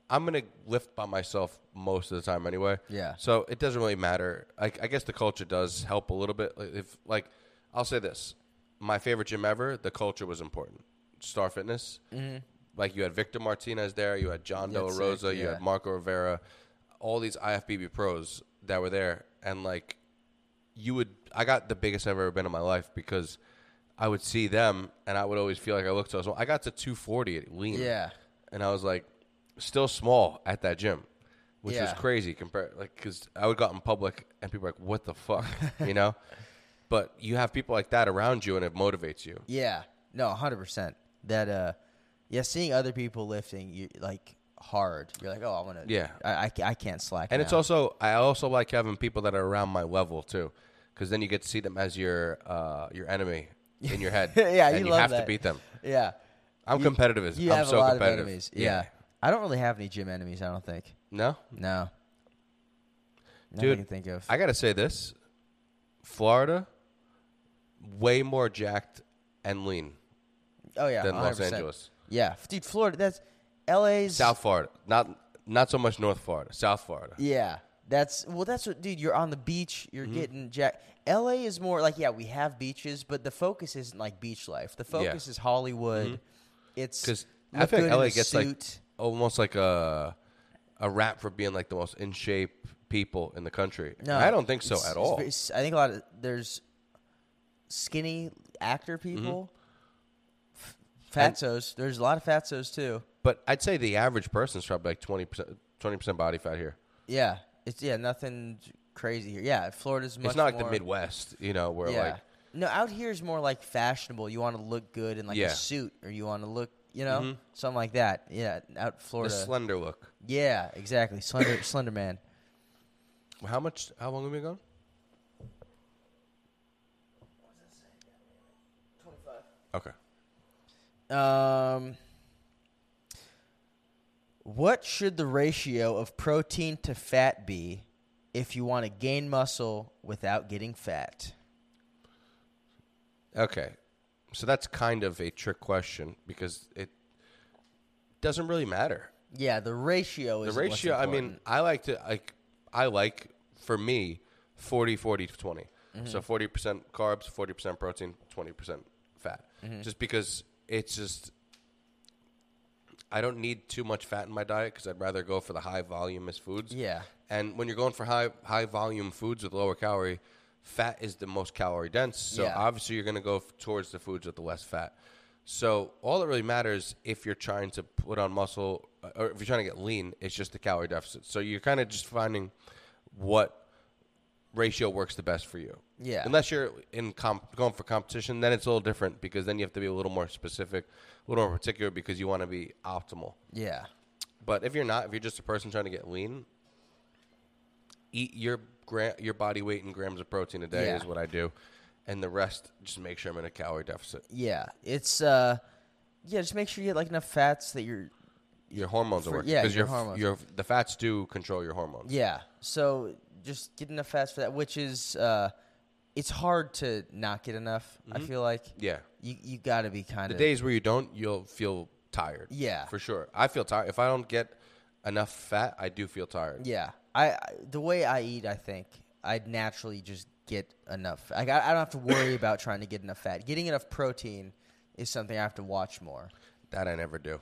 Speaker 1: I'm gonna lift by myself most of the time anyway.
Speaker 2: Yeah.
Speaker 1: So it doesn't really matter. I, I guess the culture does help a little bit. Like, If like, I'll say this: my favorite gym ever. The culture was important. Star Fitness. Mm-hmm. Like you had Victor Martinez there. You had John De La
Speaker 2: That's it,
Speaker 1: Rosa. You
Speaker 2: yeah.
Speaker 1: had Marco Rivera. All these IFBB pros that were there, and like you would I got the biggest I've ever been in my life because I would see them and I would always feel like I looked so small. I got to 240 lean.
Speaker 2: Yeah.
Speaker 1: And I was like still small at that gym, which was
Speaker 2: Yeah.
Speaker 1: crazy compared like cuz I would go out in public and people were like what the fuck, you know? But you have people like that around you and it motivates you.
Speaker 2: Yeah. No, 100%. That uh yeah, seeing other people lifting you like hard. You're like, "Oh, I want to
Speaker 1: Yeah.
Speaker 2: I, I, ca- I can't slack."
Speaker 1: And it's
Speaker 2: now.
Speaker 1: also I also like having people that are around my level too, because then you get to see them as your uh, your enemy in your head.
Speaker 2: Yeah,
Speaker 1: and
Speaker 2: you
Speaker 1: you,
Speaker 2: love
Speaker 1: have
Speaker 2: that.
Speaker 1: to beat them.
Speaker 2: Yeah.
Speaker 1: I'm
Speaker 2: You-
Speaker 1: competitive as
Speaker 2: You
Speaker 1: I'm
Speaker 2: have
Speaker 1: so
Speaker 2: a lot of
Speaker 1: competitive.
Speaker 2: enemies. Yeah. I don't really have any gym enemies, I don't think.
Speaker 1: No,
Speaker 2: No. Nothing
Speaker 1: Dude,
Speaker 2: I can think of.
Speaker 1: I gotta say this: Florida, way more jacked and lean
Speaker 2: oh yeah,
Speaker 1: than Los
Speaker 2: 100%.
Speaker 1: Angeles.
Speaker 2: Yeah. F- Dude, Florida, that's LA's
Speaker 1: South Florida, not not so much North Florida. South Florida.
Speaker 2: Yeah. That's well. That's what, dude. You're on the beach. You're
Speaker 1: Mm-hmm.
Speaker 2: getting jack. L.A. is more like, yeah, we have beaches, but the focus isn't like beach life. The focus is Hollywood. It's
Speaker 1: Because Mm-hmm. I
Speaker 2: look
Speaker 1: feel
Speaker 2: good
Speaker 1: like
Speaker 2: in
Speaker 1: LA
Speaker 2: a
Speaker 1: gets like
Speaker 2: suit.
Speaker 1: almost like a a rap for being like the most in shape people in the country.
Speaker 2: No,
Speaker 1: And I don't think so
Speaker 2: it's- it's
Speaker 1: at all.
Speaker 2: very s- I think a lot of there's skinny actor
Speaker 1: Mm-hmm.
Speaker 2: people, f- fatzos. there's a lot of fatzos too.
Speaker 1: but I'd say the average person's probably like twenty percent twenty percent body fat here.
Speaker 2: Yeah, it's yeah, nothing crazy here. Yeah, Florida's much.
Speaker 1: It's not like
Speaker 2: more,
Speaker 1: the Midwest, you know, where
Speaker 2: Yeah.
Speaker 1: like
Speaker 2: no, out here is more like fashionable. You want to look good in like
Speaker 1: Yeah. Mm-hmm.
Speaker 2: a suit, or you want to look, you know, something like that. Yeah, out
Speaker 1: the
Speaker 2: Florida.
Speaker 1: slender look.
Speaker 2: yeah, exactly. Slender, Slender Man.
Speaker 1: How much? How long have we been gone? Okay.
Speaker 2: Um, what should the ratio of protein to fat be if you want to gain muscle without getting fat?
Speaker 1: Okay. So that's kind of a trick question because it doesn't really matter.
Speaker 2: Yeah, the ratio
Speaker 1: The
Speaker 2: is what's
Speaker 1: ratio, I mean,
Speaker 2: important.
Speaker 1: I like to like I like for me 40 40 to 20.
Speaker 2: Mm-hmm.
Speaker 1: So 40% carbs, 40% protein, 20% fat.
Speaker 2: Mm-hmm.
Speaker 1: Just because it's just I don't need too much fat in my diet cuz I'd rather go for the high voluminous foods.
Speaker 2: yeah,
Speaker 1: And when you're going for high high volume foods with lower calorie, fat is the most calorie dense. So
Speaker 2: Yeah.
Speaker 1: obviously you're going to go f- towards the foods with the less fat. So all that really matters if you're trying to put on muscle uh, or if you're trying to get lean, it's just the calorie deficit. So you're kind of just finding what ratio works the best for you.
Speaker 2: Yeah.
Speaker 1: Unless you're in comp- going for competition, then it's a little different because then you have to be a little more specific, a little more particular because you want to be optimal.
Speaker 2: yeah,
Speaker 1: But if you're not, if you're just a person trying to get lean, eat your gra- your body weight in grams of protein a day
Speaker 2: Yeah.
Speaker 1: is what I do, and the rest just make sure I'm in a calorie deficit.
Speaker 2: yeah. It's uh, yeah. Just make sure you get like enough fats that you're
Speaker 1: Your hormones
Speaker 2: For-
Speaker 1: are working
Speaker 2: yeah,
Speaker 1: because
Speaker 2: your
Speaker 1: your
Speaker 2: hormones.
Speaker 1: your the fats do control your hormones.
Speaker 2: Yeah. So just get enough fats for that, which is uh, it's hard to not get enough. I feel like
Speaker 1: Yeah,
Speaker 2: you you got to be kind
Speaker 1: Mm-hmm. the
Speaker 2: of
Speaker 1: days where you don't, you'll feel tired.
Speaker 2: Yeah.
Speaker 1: for sure. I feel tired if I don't get enough fat. I do feel tired.
Speaker 2: yeah. I, I the way I eat, I think I'd naturally just get enough. Like I, I don't have to worry about trying to get enough fat. Getting enough protein is something I have to watch more.
Speaker 1: That I never do.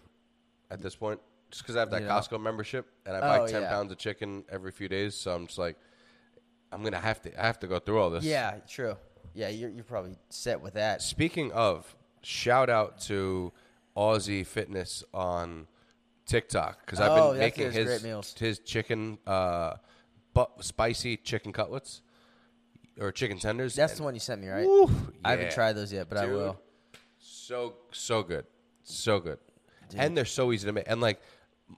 Speaker 1: At this point, just because I have that
Speaker 2: You know?
Speaker 1: Costco membership and I buy
Speaker 2: Oh,
Speaker 1: ten
Speaker 2: yeah.
Speaker 1: pounds of chicken every few days, so I'm just like, I'm gonna have to. I have to go through all this.
Speaker 2: Yeah, true. Yeah, you're you're probably set with that.
Speaker 1: Speaking of, shout out to Aussie Fitness on TikTok because I've been
Speaker 2: Oh, that
Speaker 1: making
Speaker 2: kid has
Speaker 1: his
Speaker 2: great meals.
Speaker 1: his chicken, uh, but spicy chicken cutlets or chicken tenders.
Speaker 2: That's
Speaker 1: and-
Speaker 2: the one you sent me, right?
Speaker 1: Woo,
Speaker 2: I haven't
Speaker 1: yeah.
Speaker 2: tried those yet, but I
Speaker 1: Dude,
Speaker 2: will.
Speaker 1: So so good, so good, and they're so easy to make. And like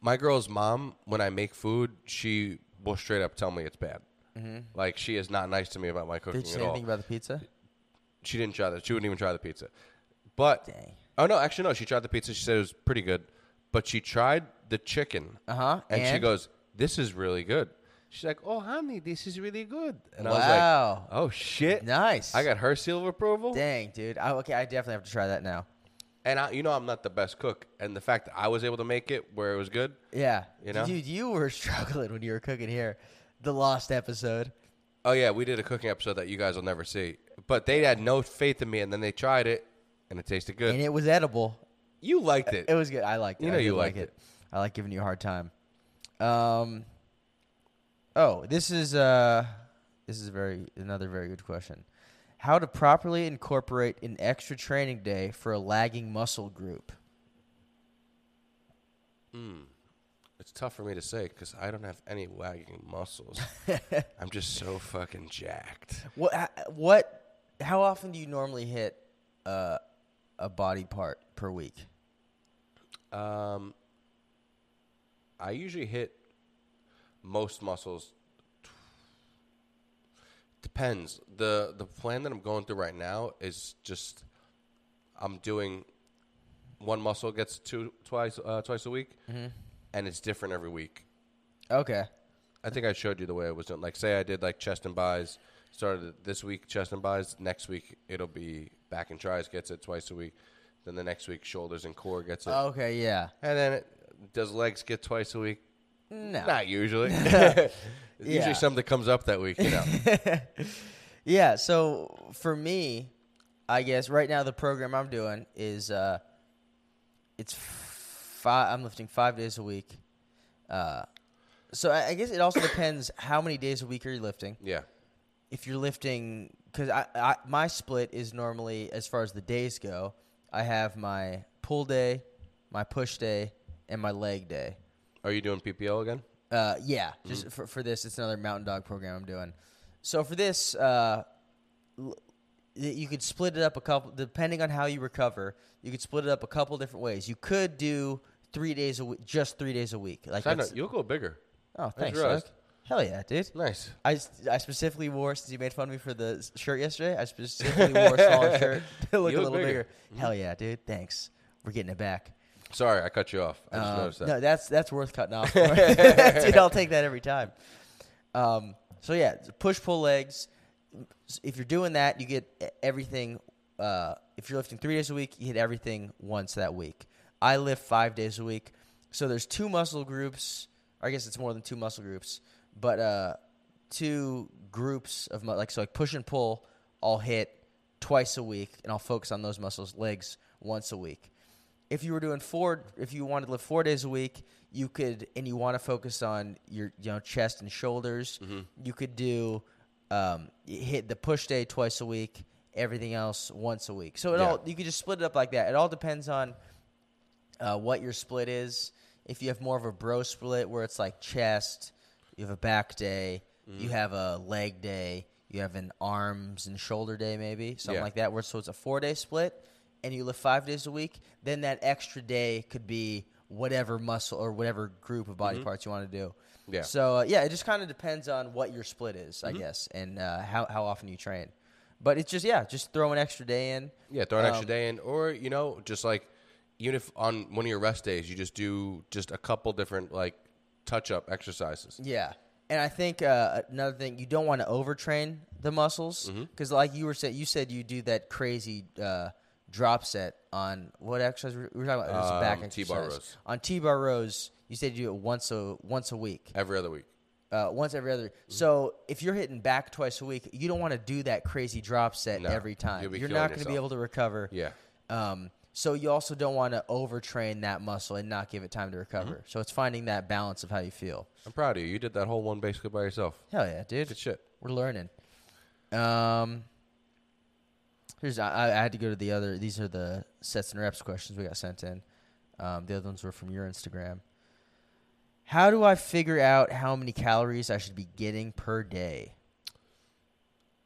Speaker 1: my girl's mom, when I make food, she will straight up tell me it's bad. Like she is not nice to me about my cooking
Speaker 2: Mm-hmm. Did you say
Speaker 1: at all.
Speaker 2: anything about the pizza?
Speaker 1: She didn't try that. She wouldn't even try the pizza. But
Speaker 2: Dang.
Speaker 1: oh no, actually no. She tried the pizza. She said it was pretty good. but she tried the chicken
Speaker 2: Uh huh.
Speaker 1: and, she goes, "This is really good." She's like, "Oh, honey, this is really good." And I was
Speaker 2: Wow.
Speaker 1: like, "Oh shit,
Speaker 2: nice.
Speaker 1: I got her seal of approval."
Speaker 2: Dang, dude. I, okay, I definitely have to try that now.
Speaker 1: And I, you know, I'm not the best cook, and the fact that I was able to make it where it was good,
Speaker 2: Yeah.
Speaker 1: You know?
Speaker 2: Dude, you were struggling when you were cooking here. The lost episode.
Speaker 1: Oh yeah, we did a cooking episode that you guys will never see. But they had no faith in me, and then they tried it, and it tasted good.
Speaker 2: And it was edible.
Speaker 1: you liked it.
Speaker 2: It was good. I liked it.
Speaker 1: You
Speaker 2: I
Speaker 1: know
Speaker 2: did
Speaker 1: you
Speaker 2: like
Speaker 1: liked it.
Speaker 2: I like giving you a hard time. Um Oh, this is uh this is a very another very good question. How to properly incorporate an extra training day for a lagging muscle group.
Speaker 1: It's tough for me to say because I don't have any lagging muscles. I'm just so fucking jacked.
Speaker 2: What h- what how often do you normally hit uh, a body part per week?
Speaker 1: Um, I usually hit most muscles. Depends. the The plan that I'm going through right now is just I'm doing one muscle gets two twice uh, twice a week, and it's different every week.
Speaker 2: Okay.
Speaker 1: I think I showed you the way I was doing. Like, say I did like chest and buys. Started this week chest and buys. Next week it'll be back and tries gets it twice a week. Then the next week shoulders and core gets it.
Speaker 2: Okay, yeah.
Speaker 1: And then it, does legs get twice a week?
Speaker 2: No.
Speaker 1: Not usually. Usually
Speaker 2: Yeah.
Speaker 1: something comes up that week, you know.
Speaker 2: Yeah, so for me, I guess right now the program I'm doing is uh it's five I'm lifting 5 days a week. Uh so I, I guess it also depends how many days a week are you lifting.
Speaker 1: yeah.
Speaker 2: If you're lifting cuz I, I my split is normally as far as the days go, I have my pull day, my push day, and my leg day.
Speaker 1: Are you doing PPL again?
Speaker 2: Uh, yeah,
Speaker 1: Mm-hmm.
Speaker 2: just for, for this, it's another mountain dog program I'm doing. So for this, uh, l- y- you could split it up a couple, depending on how you recover. You could split it up a couple different ways. You could do three days a week, just three days a week. Like,
Speaker 1: Side note,
Speaker 2: that's-
Speaker 1: you'll go bigger.
Speaker 2: oh, thanks,
Speaker 1: realized.
Speaker 2: Luke. Hell yeah, dude.
Speaker 1: Nice.
Speaker 2: I, s- I specifically wore since you made fun of me for the s- shirt yesterday. I specifically wore a smaller shirt to look
Speaker 1: You
Speaker 2: a
Speaker 1: look
Speaker 2: little
Speaker 1: bigger. Mm-hmm.
Speaker 2: bigger. Hell yeah, dude. Thanks. We're getting it back.
Speaker 1: Sorry, I cut you off. I just
Speaker 2: Um,
Speaker 1: noticed that.
Speaker 2: No, that's that's worth cutting off. For. Dude, I'll take that every time. Um, so yeah, push pull legs. If you're doing that, you get e, everything. Uh, if you're lifting three days a week, you hit everything once that week. I lift five days a week, so there's two muscle groups. Or I guess it's more than two muscle groups, but uh, two groups of mu- like so like push and pull. I'll hit twice a week, and I'll focus on those muscles. Legs once a week if you were doing four, if you wanted to live four days a week, you could, and you want to focus on your, you know, chest and shoulders.
Speaker 1: Mm-hmm.
Speaker 2: You could do, um, y- hit the push day twice a week, everything else once a week. So it
Speaker 1: Yeah.
Speaker 2: all, you could just split it up like that. It all depends on uh, what your split is. If you have more of a bro split where it's like chest, you have a back day,
Speaker 1: Mm-hmm.
Speaker 2: you have a leg day, you have an arms and shoulder day, maybe something
Speaker 1: Yeah.
Speaker 2: like that. Where so it's a four day split, and you lift five days a week. Then that extra day could be whatever muscle or whatever group of body parts you want to do.
Speaker 1: Yeah.
Speaker 2: So uh, yeah, it just kind of depends on what your split is, I guess, and uh, how how often you train. But it's just yeah, just throw an extra day in.
Speaker 1: Yeah, throw an extra
Speaker 2: Um,
Speaker 1: day in, or you know, just like even if on one of your rest days, you just do just a couple different like touch up exercises.
Speaker 2: Yeah. And I think uh, another thing you don't want to overtrain the muscles
Speaker 1: Mm-hmm.
Speaker 2: because, like you were saying, you said you do that crazy uh, drop set on what exercise we were talking about? It was a back
Speaker 1: Um, T-bar
Speaker 2: exercise.
Speaker 1: rows.
Speaker 2: On T-bar rows, you said you do it once a once a week,
Speaker 1: Every other week.
Speaker 2: uh, once every other.
Speaker 1: Mm-hmm.
Speaker 2: So if you're hitting back twice a week, you don't want to do that crazy drop set
Speaker 1: No.
Speaker 2: every time.
Speaker 1: You'll be
Speaker 2: You're
Speaker 1: killing
Speaker 2: not going to be
Speaker 1: yourself.
Speaker 2: able to recover.
Speaker 1: Yeah.
Speaker 2: Um, so you also don't want to overtrain that muscle and not give it time to recover.
Speaker 1: Mm-hmm.
Speaker 2: So it's finding that balance of how you feel.
Speaker 1: I'm proud of you. You did that whole one basically by yourself.
Speaker 2: Hell yeah, dude.
Speaker 1: Good shit.
Speaker 2: We're learning. Um, here's I, I had to go to the other. These are the sets and reps questions we got sent in. Um, the other ones were from your Instagram. How do I figure out how many calories I should be getting per day?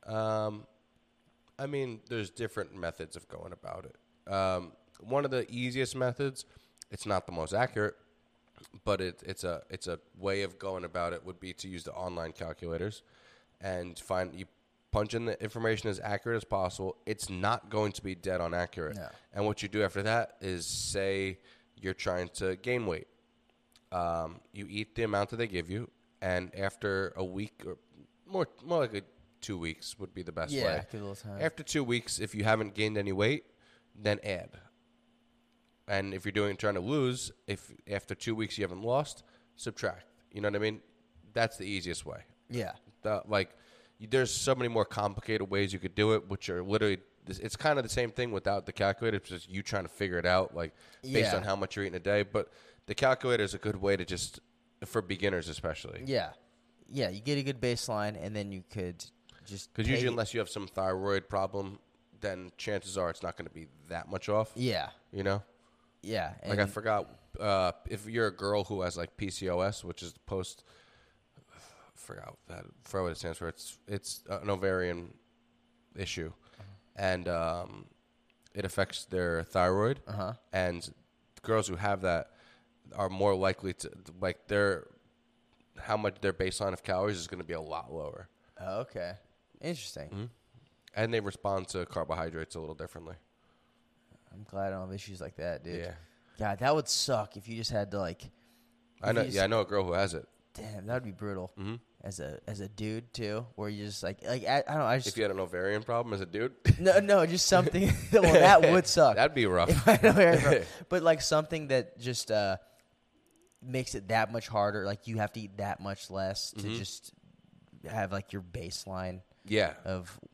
Speaker 1: Um, I mean, there's different methods of going about it. Um, one of the easiest methods, it's not the most accurate, but it, it's a it's a way of going about it would be to use the online calculators and find you punch in the information as accurate as possible. It's not going to be dead on accurate.
Speaker 2: No.
Speaker 1: And what you do after that is say you're trying to gain weight. Um, you eat the amount that they give you, and after a week or more, more like a two weeks would be the best
Speaker 2: Yeah,
Speaker 1: way.
Speaker 2: give it a little time.
Speaker 1: After two weeks, if you haven't gained any weight, then add. And if you're doing trying to lose, if after two weeks you haven't lost, subtract. You know what I mean? That's the easiest way.
Speaker 2: Yeah.
Speaker 1: The, like, you- there's so many more complicated ways you could do it, which are literally. this- It's kind of the same thing without the calculator. It's just you trying to figure it out, like based
Speaker 2: Yeah.
Speaker 1: on how much you're eating a day. But the calculator is a good way to just for beginners, especially.
Speaker 2: Yeah. Yeah, you get a good baseline and then you could just
Speaker 1: Because
Speaker 2: take
Speaker 1: usually,
Speaker 2: it-
Speaker 1: unless you have some thyroid problem, then chances are it's not going to be that much off.
Speaker 2: Yeah.
Speaker 1: You know,
Speaker 2: Yeah.
Speaker 1: like I
Speaker 2: and-
Speaker 1: forgot uh, if you're a girl who has like PCOS, which is post. Forgot what that forgot what it stands for. It's it's an ovarian issue,
Speaker 2: Uh-huh.
Speaker 1: and um, it affects their thyroid.
Speaker 2: Uh-huh.
Speaker 1: And girls who have that are more likely to like their how much their baseline of calories is going to be a lot lower,
Speaker 2: Oh, okay. Interesting.
Speaker 1: Mm-hmm. and they respond to carbohydrates a little differently.
Speaker 2: I'm glad I don't have issues like that, dude.
Speaker 1: Yeah.
Speaker 2: God, that would suck if you just had to like
Speaker 1: I
Speaker 2: If
Speaker 1: know.
Speaker 2: you just-
Speaker 1: yeah, I know a girl who has it.
Speaker 2: damn, that would be brutal.
Speaker 1: Mm-hmm.
Speaker 2: As a as a dude too, where you just like like I, I don't know, I
Speaker 1: If
Speaker 2: just
Speaker 1: you had an ovarian problem as a dude,
Speaker 2: no no just something. well, that would suck.
Speaker 1: that'd be rough.
Speaker 2: If I know where you're from. but like something that just uh, makes it that much harder. Like you have to eat that much less to
Speaker 1: Mm-hmm.
Speaker 2: just have like your baseline
Speaker 1: Yeah,
Speaker 2: of. Uh,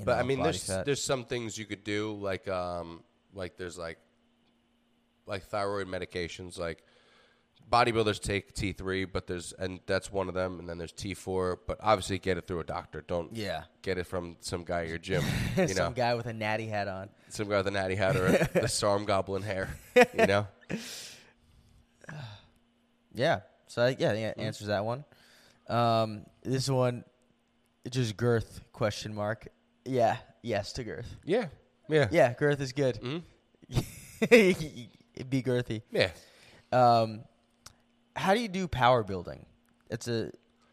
Speaker 2: you
Speaker 1: but I
Speaker 2: know,
Speaker 1: mean,
Speaker 2: body
Speaker 1: there's
Speaker 2: fat.
Speaker 1: there's some things you could do, like um, like there's like like thyroid medications, like bodybuilders take T three, but there's and that's one of them, and then there's T four, but obviously get it through a doctor. Don't
Speaker 2: Yeah.
Speaker 1: get it from some guy at your gym. You know,
Speaker 2: some guy with a natty hat on.
Speaker 1: some guy with a natty hat or a- the storm goblin hair. You know,
Speaker 2: Yeah. So I, yeah,
Speaker 1: Mm-hmm.
Speaker 2: yeah, answers that one. Um, this one, just girth question mark. Yeah. Yes to girth.
Speaker 1: yeah, yeah,
Speaker 2: Yeah, girth is good.
Speaker 1: Mhm.
Speaker 2: Be girthy.
Speaker 1: yeah.
Speaker 2: Um, how do you do power building? It's a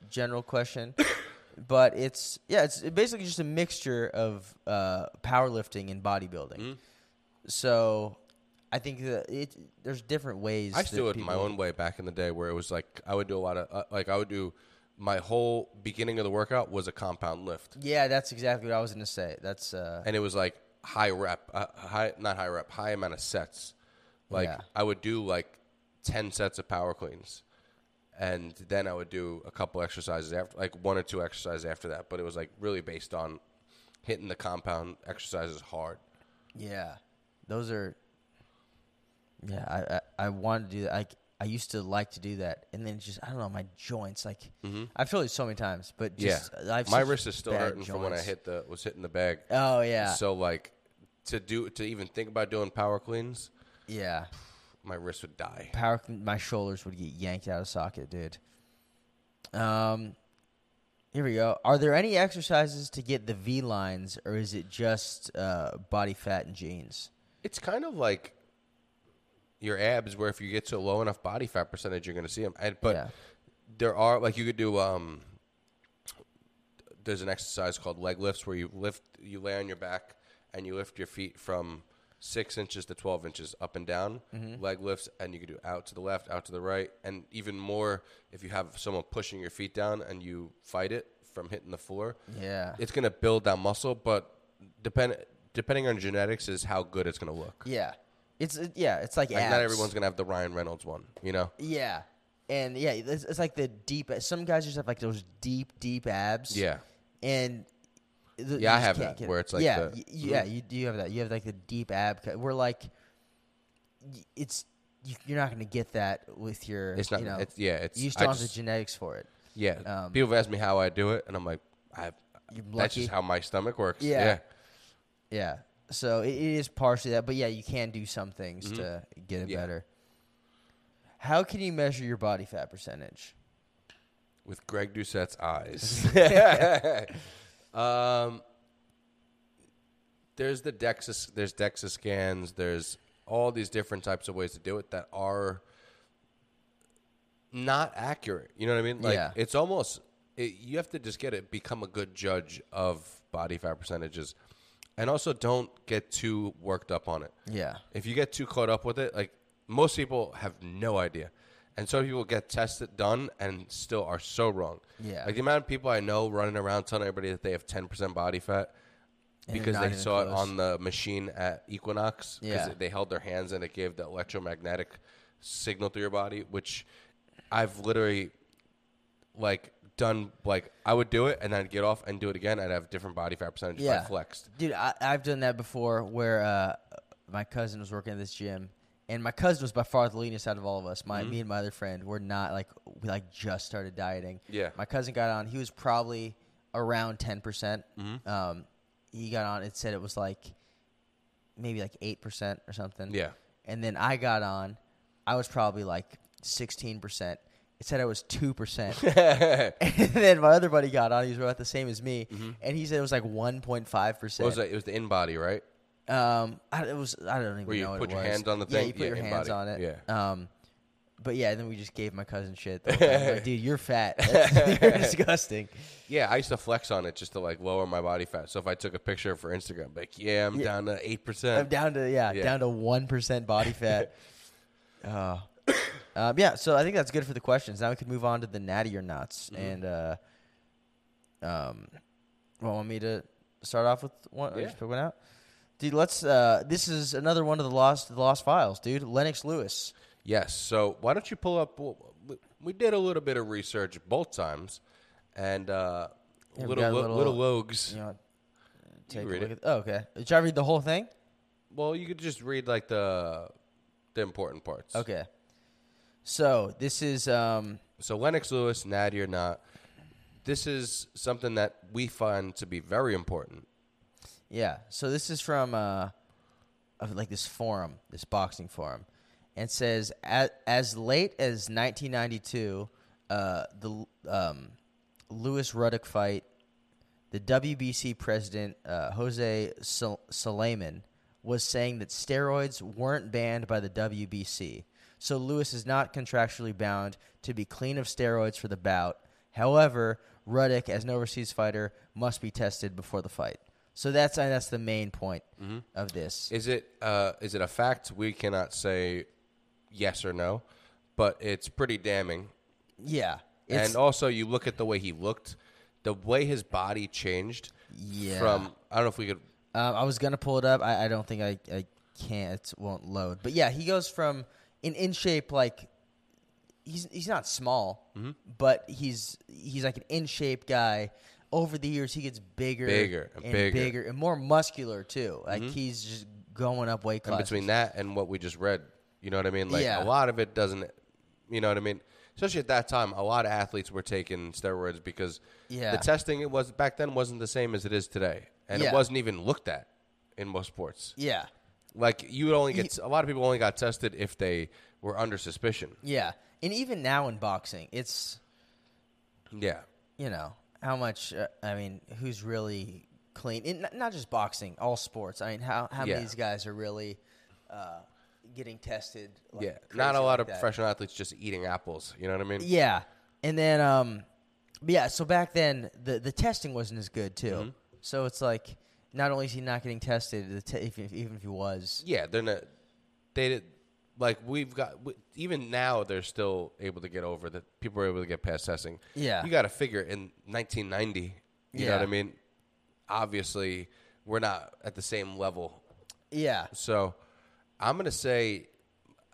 Speaker 2: general question, but it's yeah, it's basically just a mixture of uh, powerlifting and bodybuilding.
Speaker 1: Mm-hmm.
Speaker 2: So, I think that it there's different ways.
Speaker 1: I used to
Speaker 2: that
Speaker 1: do it my
Speaker 2: people-
Speaker 1: own way back in the day, where it was like I would do a lot of uh, like I would do my whole beginning of the workout was a compound lift,
Speaker 2: Yeah, that's exactly what I was gonna say. That's uh,
Speaker 1: and it was like high rep, uh, high not high rep, high amount of sets. Like
Speaker 2: Yeah.
Speaker 1: I would do like ten sets of power cleans, and then I would do a couple exercises after, like one or two exercises after that. But it was like really based on hitting the compound exercises hard.
Speaker 2: yeah, those are. Yeah, I I, I wanted to do that. I I used to like to do that, and then just I don't know my joints. Like I've told you so many times, but just I have
Speaker 1: Mm-hmm. my
Speaker 2: such
Speaker 1: wrist is still
Speaker 2: bad
Speaker 1: hurting from when I
Speaker 2: joints.
Speaker 1: hit the was hitting the bag.
Speaker 2: Oh yeah,
Speaker 1: So like to do to even think about doing power cleans,
Speaker 2: yeah.
Speaker 1: my wrist would die.
Speaker 2: Power, my shoulders would get yanked out of socket, dude. Um, here we go. Are there any exercises to get the V lines, or is it just uh, body fat and jeans?
Speaker 1: It's kind of like your abs, where if you get to a low enough body fat percentage, you're going to see them. And, but
Speaker 2: Yeah.
Speaker 1: there are like you could do. um There's an exercise called leg lifts where you lift, you lay on your back, and you lift your feet from six inches to twelve inches up and down. Leg lifts, and you could do out to the left, out to the right, and even more if you have someone pushing your feet down and you fight it from hitting the floor.
Speaker 2: Yeah,
Speaker 1: it's going to build that muscle, but depend depending on genetics is how good it's going to look.
Speaker 2: yeah. It's it- yeah, it's like,
Speaker 1: Like
Speaker 2: abs.
Speaker 1: not everyone's going to have the Ryan Reynolds one, you know.
Speaker 2: Yeah, and yeah, it's, it's like the deep. Some guys just have like those deep, deep abs.
Speaker 1: Yeah.
Speaker 2: and the, you
Speaker 1: I
Speaker 2: just
Speaker 1: have
Speaker 2: can't
Speaker 1: that,
Speaker 2: get it.
Speaker 1: where it's like
Speaker 2: yeah,
Speaker 1: the- Mhm.
Speaker 2: y- yeah, you do have that. You have like the deep ab. cut. We're like, y- it's you, you're not going to get that with your.
Speaker 1: It's not
Speaker 2: You know,
Speaker 1: it's yeah, it's
Speaker 2: you
Speaker 1: I
Speaker 2: still have
Speaker 1: just-
Speaker 2: the genetics for it.
Speaker 1: yeah.
Speaker 2: um,
Speaker 1: People have asked me how I do it and I'm like I
Speaker 2: You're
Speaker 1: that's
Speaker 2: lucky.
Speaker 1: just how my stomach works.
Speaker 2: Yeah.
Speaker 1: Yeah.
Speaker 2: Yeah, so it, it is partially that, but yeah, you can do some things to get it
Speaker 1: Mm-hmm. Yeah.
Speaker 2: better. How can you measure your body fat percentage?
Speaker 1: With Greg Doucette's eyes. um there's the DEXA there's DEXA scans, there's all these different types of ways to do it that are not accurate. You know what I mean? Like
Speaker 2: Yeah.
Speaker 1: it's almost it, you have to just get it become a good judge of body fat percentages. And also don't get too worked up on it.
Speaker 2: Yeah,
Speaker 1: If you get too caught up with it, like Most people have no idea. And so people get tested, done, and still are so wrong.
Speaker 2: Yeah.
Speaker 1: Like the amount of people I know running around telling everybody that they have 10% body fat
Speaker 2: And they're
Speaker 1: because
Speaker 2: not
Speaker 1: they
Speaker 2: even
Speaker 1: saw it
Speaker 2: close.
Speaker 1: on the machine at Equinox.
Speaker 2: Yeah.
Speaker 1: Because they held their hands and it gave the electromagnetic signal through your body, which I've literally like done. Like I would do it and then I'd get off and do it again. I'd have different body fat percentages. Yeah.
Speaker 2: Yeah.
Speaker 1: I flexed.
Speaker 2: Dude, I, I've done that before where uh, my cousin was working at this gym, and my cousin was by far the leanest out of all of us. My,
Speaker 1: Mm-hmm.
Speaker 2: Me and my other friend were not like, we like just started dieting.
Speaker 1: Yeah.
Speaker 2: My cousin got on, he was probably around 10%.
Speaker 1: Mm-hmm.
Speaker 2: Um, he got on, it said it was like maybe like 8% or something.
Speaker 1: Yeah.
Speaker 2: And then I got on, I was probably like 16%. It said I was 2%. and then my other buddy got on. He was about the same as me, and he said it was like one point five
Speaker 1: Mm-hmm. What was
Speaker 2: percent.
Speaker 1: that? It was the in body, right?
Speaker 2: Um, I, it was I don't even
Speaker 1: Where you
Speaker 2: know what
Speaker 1: put
Speaker 2: it
Speaker 1: your
Speaker 2: was.
Speaker 1: hands on the
Speaker 2: Yeah,
Speaker 1: thing?
Speaker 2: you put
Speaker 1: Yeah,
Speaker 2: your
Speaker 1: in
Speaker 2: hands
Speaker 1: body.
Speaker 2: on it. Yeah. Um, but yeah, then we just gave my cousin shit. the whole time. I'm like, Dude, you're fat. That's- you're disgusting.
Speaker 1: Yeah, I used to flex on it just to like lower my body fat. So if I took a picture for Instagram, I'd be like, yeah, I'm down to eight
Speaker 2: I'm
Speaker 1: percent.
Speaker 2: down to yeah,
Speaker 1: Yeah.
Speaker 2: down to one percent body fat. Oh. um, yeah. So I think that's good for the questions. Now we can move on to the natty or nots,
Speaker 1: Mm-hmm.
Speaker 2: and uh, um, well, want me to start off with one? Or
Speaker 1: Yeah.
Speaker 2: just pick one out, dude. Let's. Uh, this is another one of the lost the lost files, dude. Lennox Lewis.
Speaker 1: Yes. So why don't you pull up? we- We did a little bit of research both times, and uh,
Speaker 2: Yeah, we got
Speaker 1: little
Speaker 2: a
Speaker 1: lo-
Speaker 2: little-
Speaker 1: little logs.
Speaker 2: You know, take a
Speaker 1: read
Speaker 2: look
Speaker 1: it.
Speaker 2: at. Oh, okay. Did I read the whole thing?
Speaker 1: Well, you could just read like the the important parts.
Speaker 2: Okay. So this is um.
Speaker 1: So Lennox Lewis, Natty or not, this is something that we find to be very important.
Speaker 2: Yeah. So this is from uh, of like this forum, this boxing forum, and says as, as late as 1992, uh, the um, Lewis Ruddock fight, the WBC president uh, Jose Sol- Soleiman was saying that steroids weren't banned by the WBC. So Lewis is not contractually bound to be clean of steroids for the bout. However, Ruddock, as an overseas fighter, must be tested before the fight. So that's uh, that's the main point of this.
Speaker 1: Is it uh, is it a fact? We cannot say yes or no, but it's pretty damning.
Speaker 2: yeah, it's,
Speaker 1: and also, you look at the way he looked, the way his body changed
Speaker 2: Yeah.
Speaker 1: from I don't know if we could.
Speaker 2: Um, I was gonna pull it up. I, I don't think I, I can't. It won't load. But yeah, he goes from an in shape like he's he's not small,
Speaker 1: Mm-hmm.
Speaker 2: but he's he's like an in shape guy. Over the years, he gets bigger,
Speaker 1: Bigger and bigger.
Speaker 2: and more muscular too. Like he's just going up weight
Speaker 1: And
Speaker 2: class.
Speaker 1: between that and what we just read, you know what I mean? Like
Speaker 2: Yeah.
Speaker 1: a lot of it doesn't. You know what I mean? Especially at that time, a lot of athletes were taking steroids because
Speaker 2: Yeah.
Speaker 1: the testing it was back then wasn't the same as it is today, and
Speaker 2: Yeah.
Speaker 1: it wasn't even looked at in most sports.
Speaker 2: yeah,
Speaker 1: Like you would only get a lot of people only got tested if they were under suspicion.
Speaker 2: yeah, and even now in boxing, it's
Speaker 1: Yeah.
Speaker 2: you know how much uh, i mean who's really clean and not, not just boxing all sports i mean how, how many
Speaker 1: Yeah.
Speaker 2: of these guys are really uh, getting tested like,
Speaker 1: Yeah.
Speaker 2: crazy
Speaker 1: Not a lot
Speaker 2: like
Speaker 1: of
Speaker 2: that?
Speaker 1: professional athletes just eating apples. You know what I mean?
Speaker 2: yeah and then um but yeah so back then the the testing wasn't as good too
Speaker 1: Mm-hmm.
Speaker 2: so it's like not only is he not getting tested the te- if, if, even if he was
Speaker 1: Yeah, they're not. They did, like we've got w- even now they're still able to get over that. People are able to get past testing.
Speaker 2: Yeah.
Speaker 1: you got to figure in 1990. You know what
Speaker 2: Yeah.
Speaker 1: I mean? Obviously, we're not at the same level.
Speaker 2: yeah
Speaker 1: So, I'm gonna say,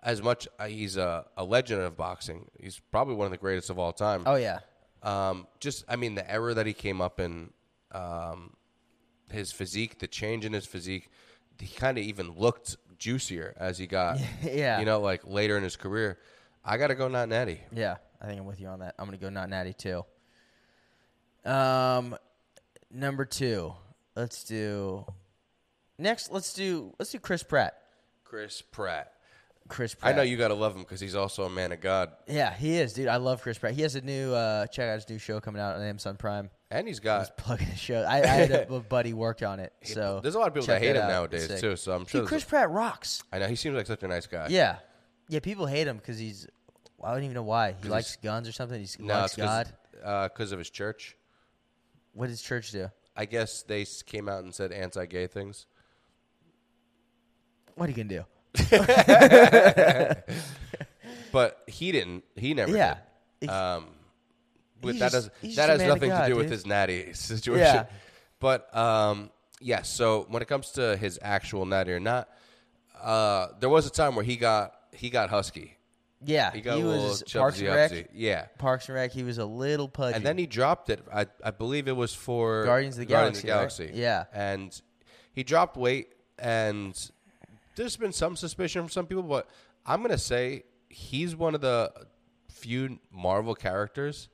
Speaker 1: as much uh, he's a, a legend of boxing, he's probably one of the greatest of all time.
Speaker 2: oh yeah
Speaker 1: Um, just I mean the error that he came up in, um, his physique, the change in his physique, he kind of even looked juicier as he got,
Speaker 2: Yeah.
Speaker 1: you know, like later in his career. I gotta go not natty.
Speaker 2: Yeah, I think I'm with you on that. I'm gonna go not natty too. Um, number two, let's do next. Let's do let's do Chris Pratt.
Speaker 1: Chris Pratt.
Speaker 2: Chris Pratt.
Speaker 1: I know you gotta love him because he's also a man of God,
Speaker 2: Yeah, he is, dude. I love Chris Pratt. He has a new uh, check out his new show coming out on Amazon Prime.
Speaker 1: and he's got.
Speaker 2: Plugging the show. I, I had a, a buddy worked on it, so
Speaker 1: There's a lot of people
Speaker 2: check
Speaker 1: that hate him
Speaker 2: out.
Speaker 1: nowadays
Speaker 2: Sick.
Speaker 1: too. So I'm
Speaker 2: Dude,
Speaker 1: sure.
Speaker 2: Chris
Speaker 1: there's
Speaker 2: Pratt rocks.
Speaker 1: a- I know he seems like such a nice guy.
Speaker 2: Yeah, yeah. People hate him because he's. I don't even know why. He likes guns or something. He
Speaker 1: No,
Speaker 2: likes
Speaker 1: it's 'cause-
Speaker 2: God.
Speaker 1: uh, 'cause of his church.
Speaker 2: What does church do?
Speaker 1: I guess they s- came out and said anti-gay things.
Speaker 2: What are you gonna do?
Speaker 1: but he didn't. He never. did.
Speaker 2: yeah. Ex-
Speaker 1: Um, with
Speaker 2: He's
Speaker 1: that
Speaker 2: just- he's
Speaker 1: has
Speaker 2: just
Speaker 1: that
Speaker 2: a
Speaker 1: has
Speaker 2: man of
Speaker 1: nothing
Speaker 2: God,
Speaker 1: to do with
Speaker 2: dude.
Speaker 1: his natty situation.
Speaker 2: Yeah.
Speaker 1: But um, yes. so when it comes to his actual natty or not, uh, there was a time where he got he got husky.
Speaker 2: yeah.
Speaker 1: He
Speaker 2: He,
Speaker 1: got a little
Speaker 2: was Parks
Speaker 1: chubsy
Speaker 2: and Rec.
Speaker 1: upsy. Yeah.
Speaker 2: Parks and Rec. He was a little pudgy.
Speaker 1: And then he dropped it. I, I believe it was for
Speaker 2: Guardians of the Galaxy, right?
Speaker 1: Galaxy.
Speaker 2: Yeah.
Speaker 1: And he dropped weight, and there's been some suspicion from some people, but I'm going to say he's one of the few Marvel characters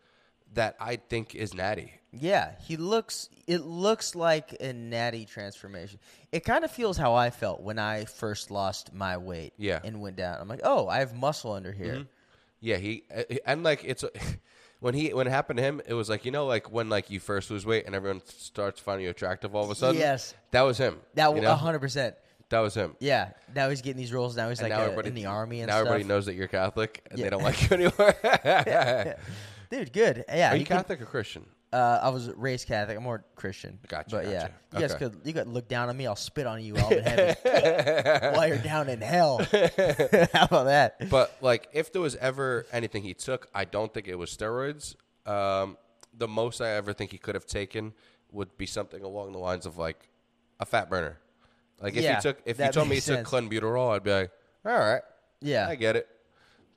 Speaker 1: that I think is natty.
Speaker 2: yeah, he looks. It looks like a natty transformation. It kind of feels how I felt when I first lost my weight.
Speaker 1: Yeah. Mm-hmm.
Speaker 2: and went down. I'm like, oh, I have muscle under here.
Speaker 1: Yeah, he uh, and like it's when he when it happened to him, it was like you know like when like you first lose weight and everyone starts finding you attractive all of a sudden.
Speaker 2: Yes.
Speaker 1: that was him.
Speaker 2: That
Speaker 1: you
Speaker 2: one
Speaker 1: know?
Speaker 2: hundred percent.
Speaker 1: that was him.
Speaker 2: Yeah. Now he's getting these roles. Now he's like
Speaker 1: now
Speaker 2: uh,
Speaker 1: everybody-
Speaker 2: in the army and
Speaker 1: now
Speaker 2: stuff.
Speaker 1: everybody knows that you're Catholic and
Speaker 2: Yeah.
Speaker 1: they don't like you anymore.
Speaker 2: Dude, good. Yeah,
Speaker 1: Are you
Speaker 2: you could-
Speaker 1: Catholic or Christian?
Speaker 2: uh, I was raised Catholic. I'm more Christian.
Speaker 1: Gotcha,
Speaker 2: But yeah,
Speaker 1: gotcha.
Speaker 2: you guys
Speaker 1: Okay.
Speaker 2: could you could look down on me. I'll spit on you while I'm in heaven. while you're down in hell. How about that?
Speaker 1: But like, if there was ever anything he took, I don't think it was steroids. Um, the most I ever think he could have taken would be something along the lines of like a fat burner. Like if
Speaker 2: Yeah,
Speaker 1: you took, if you
Speaker 2: that
Speaker 1: told me he
Speaker 2: makes sense.
Speaker 1: took clenbuterol, I'd be like, all right,
Speaker 2: Yeah.
Speaker 1: I get it.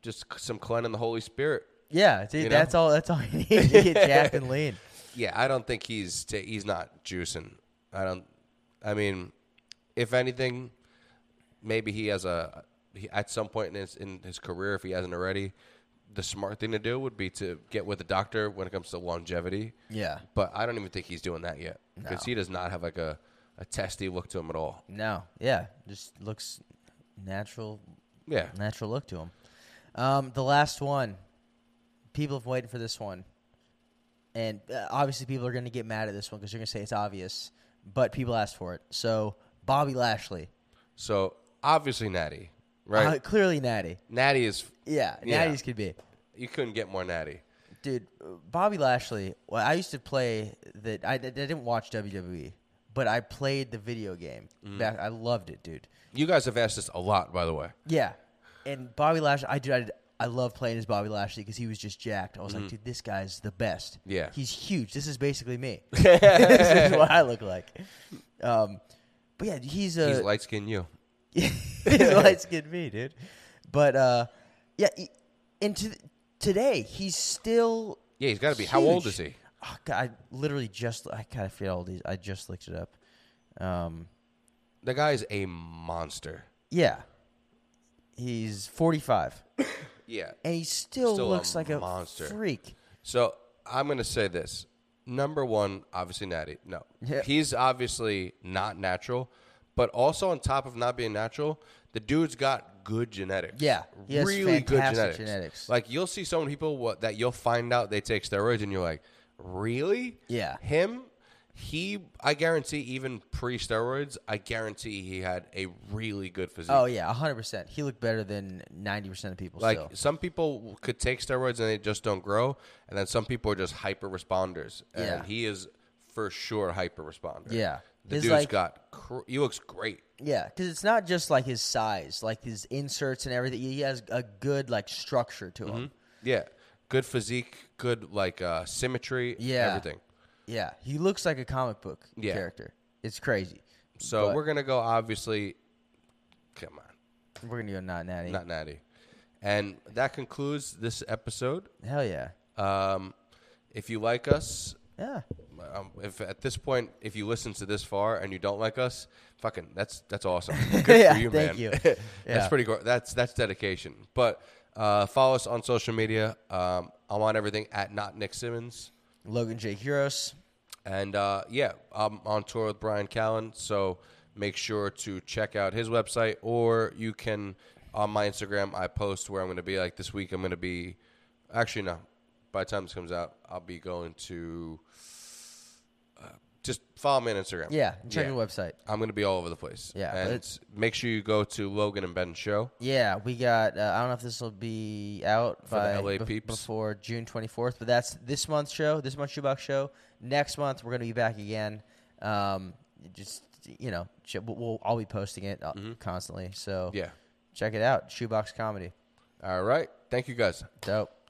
Speaker 1: Just c- some clen and the Holy Spirit.
Speaker 2: yeah, dude.
Speaker 1: You know?
Speaker 2: That's all. That's all you need to get jacked and lean.
Speaker 1: Yeah, I don't think he's ta he's not juicing. I don't. I mean, if anything, maybe he has a he, at some point in his in his career, if he hasn't already, the smart thing to do would be to get with a doctor when it comes to longevity.
Speaker 2: Yeah.
Speaker 1: But I don't even think he's doing that yet because he does not have like a a testy look to him at all.
Speaker 2: No. Yeah. Just looks natural.
Speaker 1: Yeah,
Speaker 2: Natural look to him. Um, the last one. People have waited for this one, and uh, obviously people are going to get mad at this one because they're going to say it's obvious. But people asked for it, so Bobby Lashley,
Speaker 1: so obviously natty, right?
Speaker 2: uh, clearly natty.
Speaker 1: natty is
Speaker 2: Yeah,
Speaker 1: Yeah.
Speaker 2: natties could be.
Speaker 1: you couldn't get more natty.
Speaker 2: Dude, Bobby Lashley. Well, I used to play that. I, I didn't watch WWE, but I played the video game.
Speaker 1: Mm.
Speaker 2: Back, I loved it, dude.
Speaker 1: You guys have asked this a lot, by the way.
Speaker 2: Yeah, and Bobby Lashley. I did. I, I love playing as Bobby Lashley because he was just jacked. I was like, dude, this guy's the best.
Speaker 1: Mm. Yeah.
Speaker 2: he's huge. This is basically me. this is what I look like. Um, but yeah, he's a
Speaker 1: He's light skinned you.
Speaker 2: he's light skinned me, dude. But uh, yeah, he- and to, today he's still.
Speaker 1: Yeah, he's got to be. How old
Speaker 2: huge.
Speaker 1: is he?
Speaker 2: Oh, God, I literally just I kind of forget all these. I just looked it up. Um,
Speaker 1: The guy is a monster.
Speaker 2: yeah, he's forty five,
Speaker 1: Yeah.
Speaker 2: and he still,
Speaker 1: Still a
Speaker 2: looks like a
Speaker 1: monster.
Speaker 2: freak.
Speaker 1: So I'm gonna say this. Number one, obviously Natty. No,
Speaker 2: Yeah.
Speaker 1: he's obviously not natural, but also on top of not being natural, the dude's got good genetics.
Speaker 2: Yeah, he has
Speaker 1: really good
Speaker 2: fantastic
Speaker 1: genetics.
Speaker 2: genetics.
Speaker 1: Like you'll see so many people what, that you'll find out they take steroids, and you're like, really?
Speaker 2: Yeah.
Speaker 1: him. He, I guarantee, even pre-steroids, I guarantee he had a really good physique.
Speaker 2: Oh yeah, hundred percent. He looked better than ninety percent of people.
Speaker 1: Like
Speaker 2: still.
Speaker 1: some people could take steroids and they just don't grow, and then some people are just hyper responders. And
Speaker 2: Yeah.
Speaker 1: he is for sure hyper responder.
Speaker 2: Yeah.
Speaker 1: the
Speaker 2: His,
Speaker 1: dude's
Speaker 2: like-
Speaker 1: got cr- he looks great.
Speaker 2: Yeah, because it's not just like his size, like his inserts and everything. He has a good like structure to
Speaker 1: Mm-hmm.
Speaker 2: him.
Speaker 1: Yeah, good physique, good like uh, symmetry.
Speaker 2: Yeah.
Speaker 1: everything.
Speaker 2: Yeah, he looks like a comic book
Speaker 1: Yeah.
Speaker 2: character. It's crazy.
Speaker 1: So
Speaker 2: But-
Speaker 1: we're gonna go obviously. Come on,
Speaker 2: We're gonna go not natty.
Speaker 1: not natty. And that concludes this episode.
Speaker 2: Hell yeah,
Speaker 1: Um, if you like us,
Speaker 2: yeah.
Speaker 1: um, if at this point, if you listen to this far and you don't like us, fucking, that's that's awesome. Good
Speaker 2: Yeah,
Speaker 1: for you,
Speaker 2: thank
Speaker 1: man.
Speaker 2: you.
Speaker 1: that's
Speaker 2: Yeah.
Speaker 1: pretty. Gr- that's that's dedication. But uh, follow us on social media. Um, I'm on everything at not Nick Simmons,
Speaker 2: Logan Jake Heroes.
Speaker 1: and uh, yeah, I'm on tour with Brian Callen. So make sure to check out his website, or you can on my Instagram. I post where I'm going to be. Like this week, I'm going to be. Actually, no. By the time this comes out, I'll be going to. uh, Just follow me on Instagram.
Speaker 2: Yeah, and check
Speaker 1: Yeah.
Speaker 2: the website.
Speaker 1: I'm going to be all over the place.
Speaker 2: Yeah,
Speaker 1: and
Speaker 2: but-
Speaker 1: it's- make sure you go to Logan and Ben's show.
Speaker 2: Yeah, we got. Uh, I don't know if this will be out
Speaker 1: the
Speaker 2: by
Speaker 1: LA
Speaker 2: bef-
Speaker 1: peeps.
Speaker 2: before June 24th, but that's this month's show, this month's Shoebox show. Next month we're gonna be back again. Um, just you know, sh- we'll, we'll I'll be posting it uh, constantly. So
Speaker 1: Mm-hmm. Yeah, Check it out. Shoebox Comedy.
Speaker 2: All right. Thank you guys.
Speaker 1: Dope.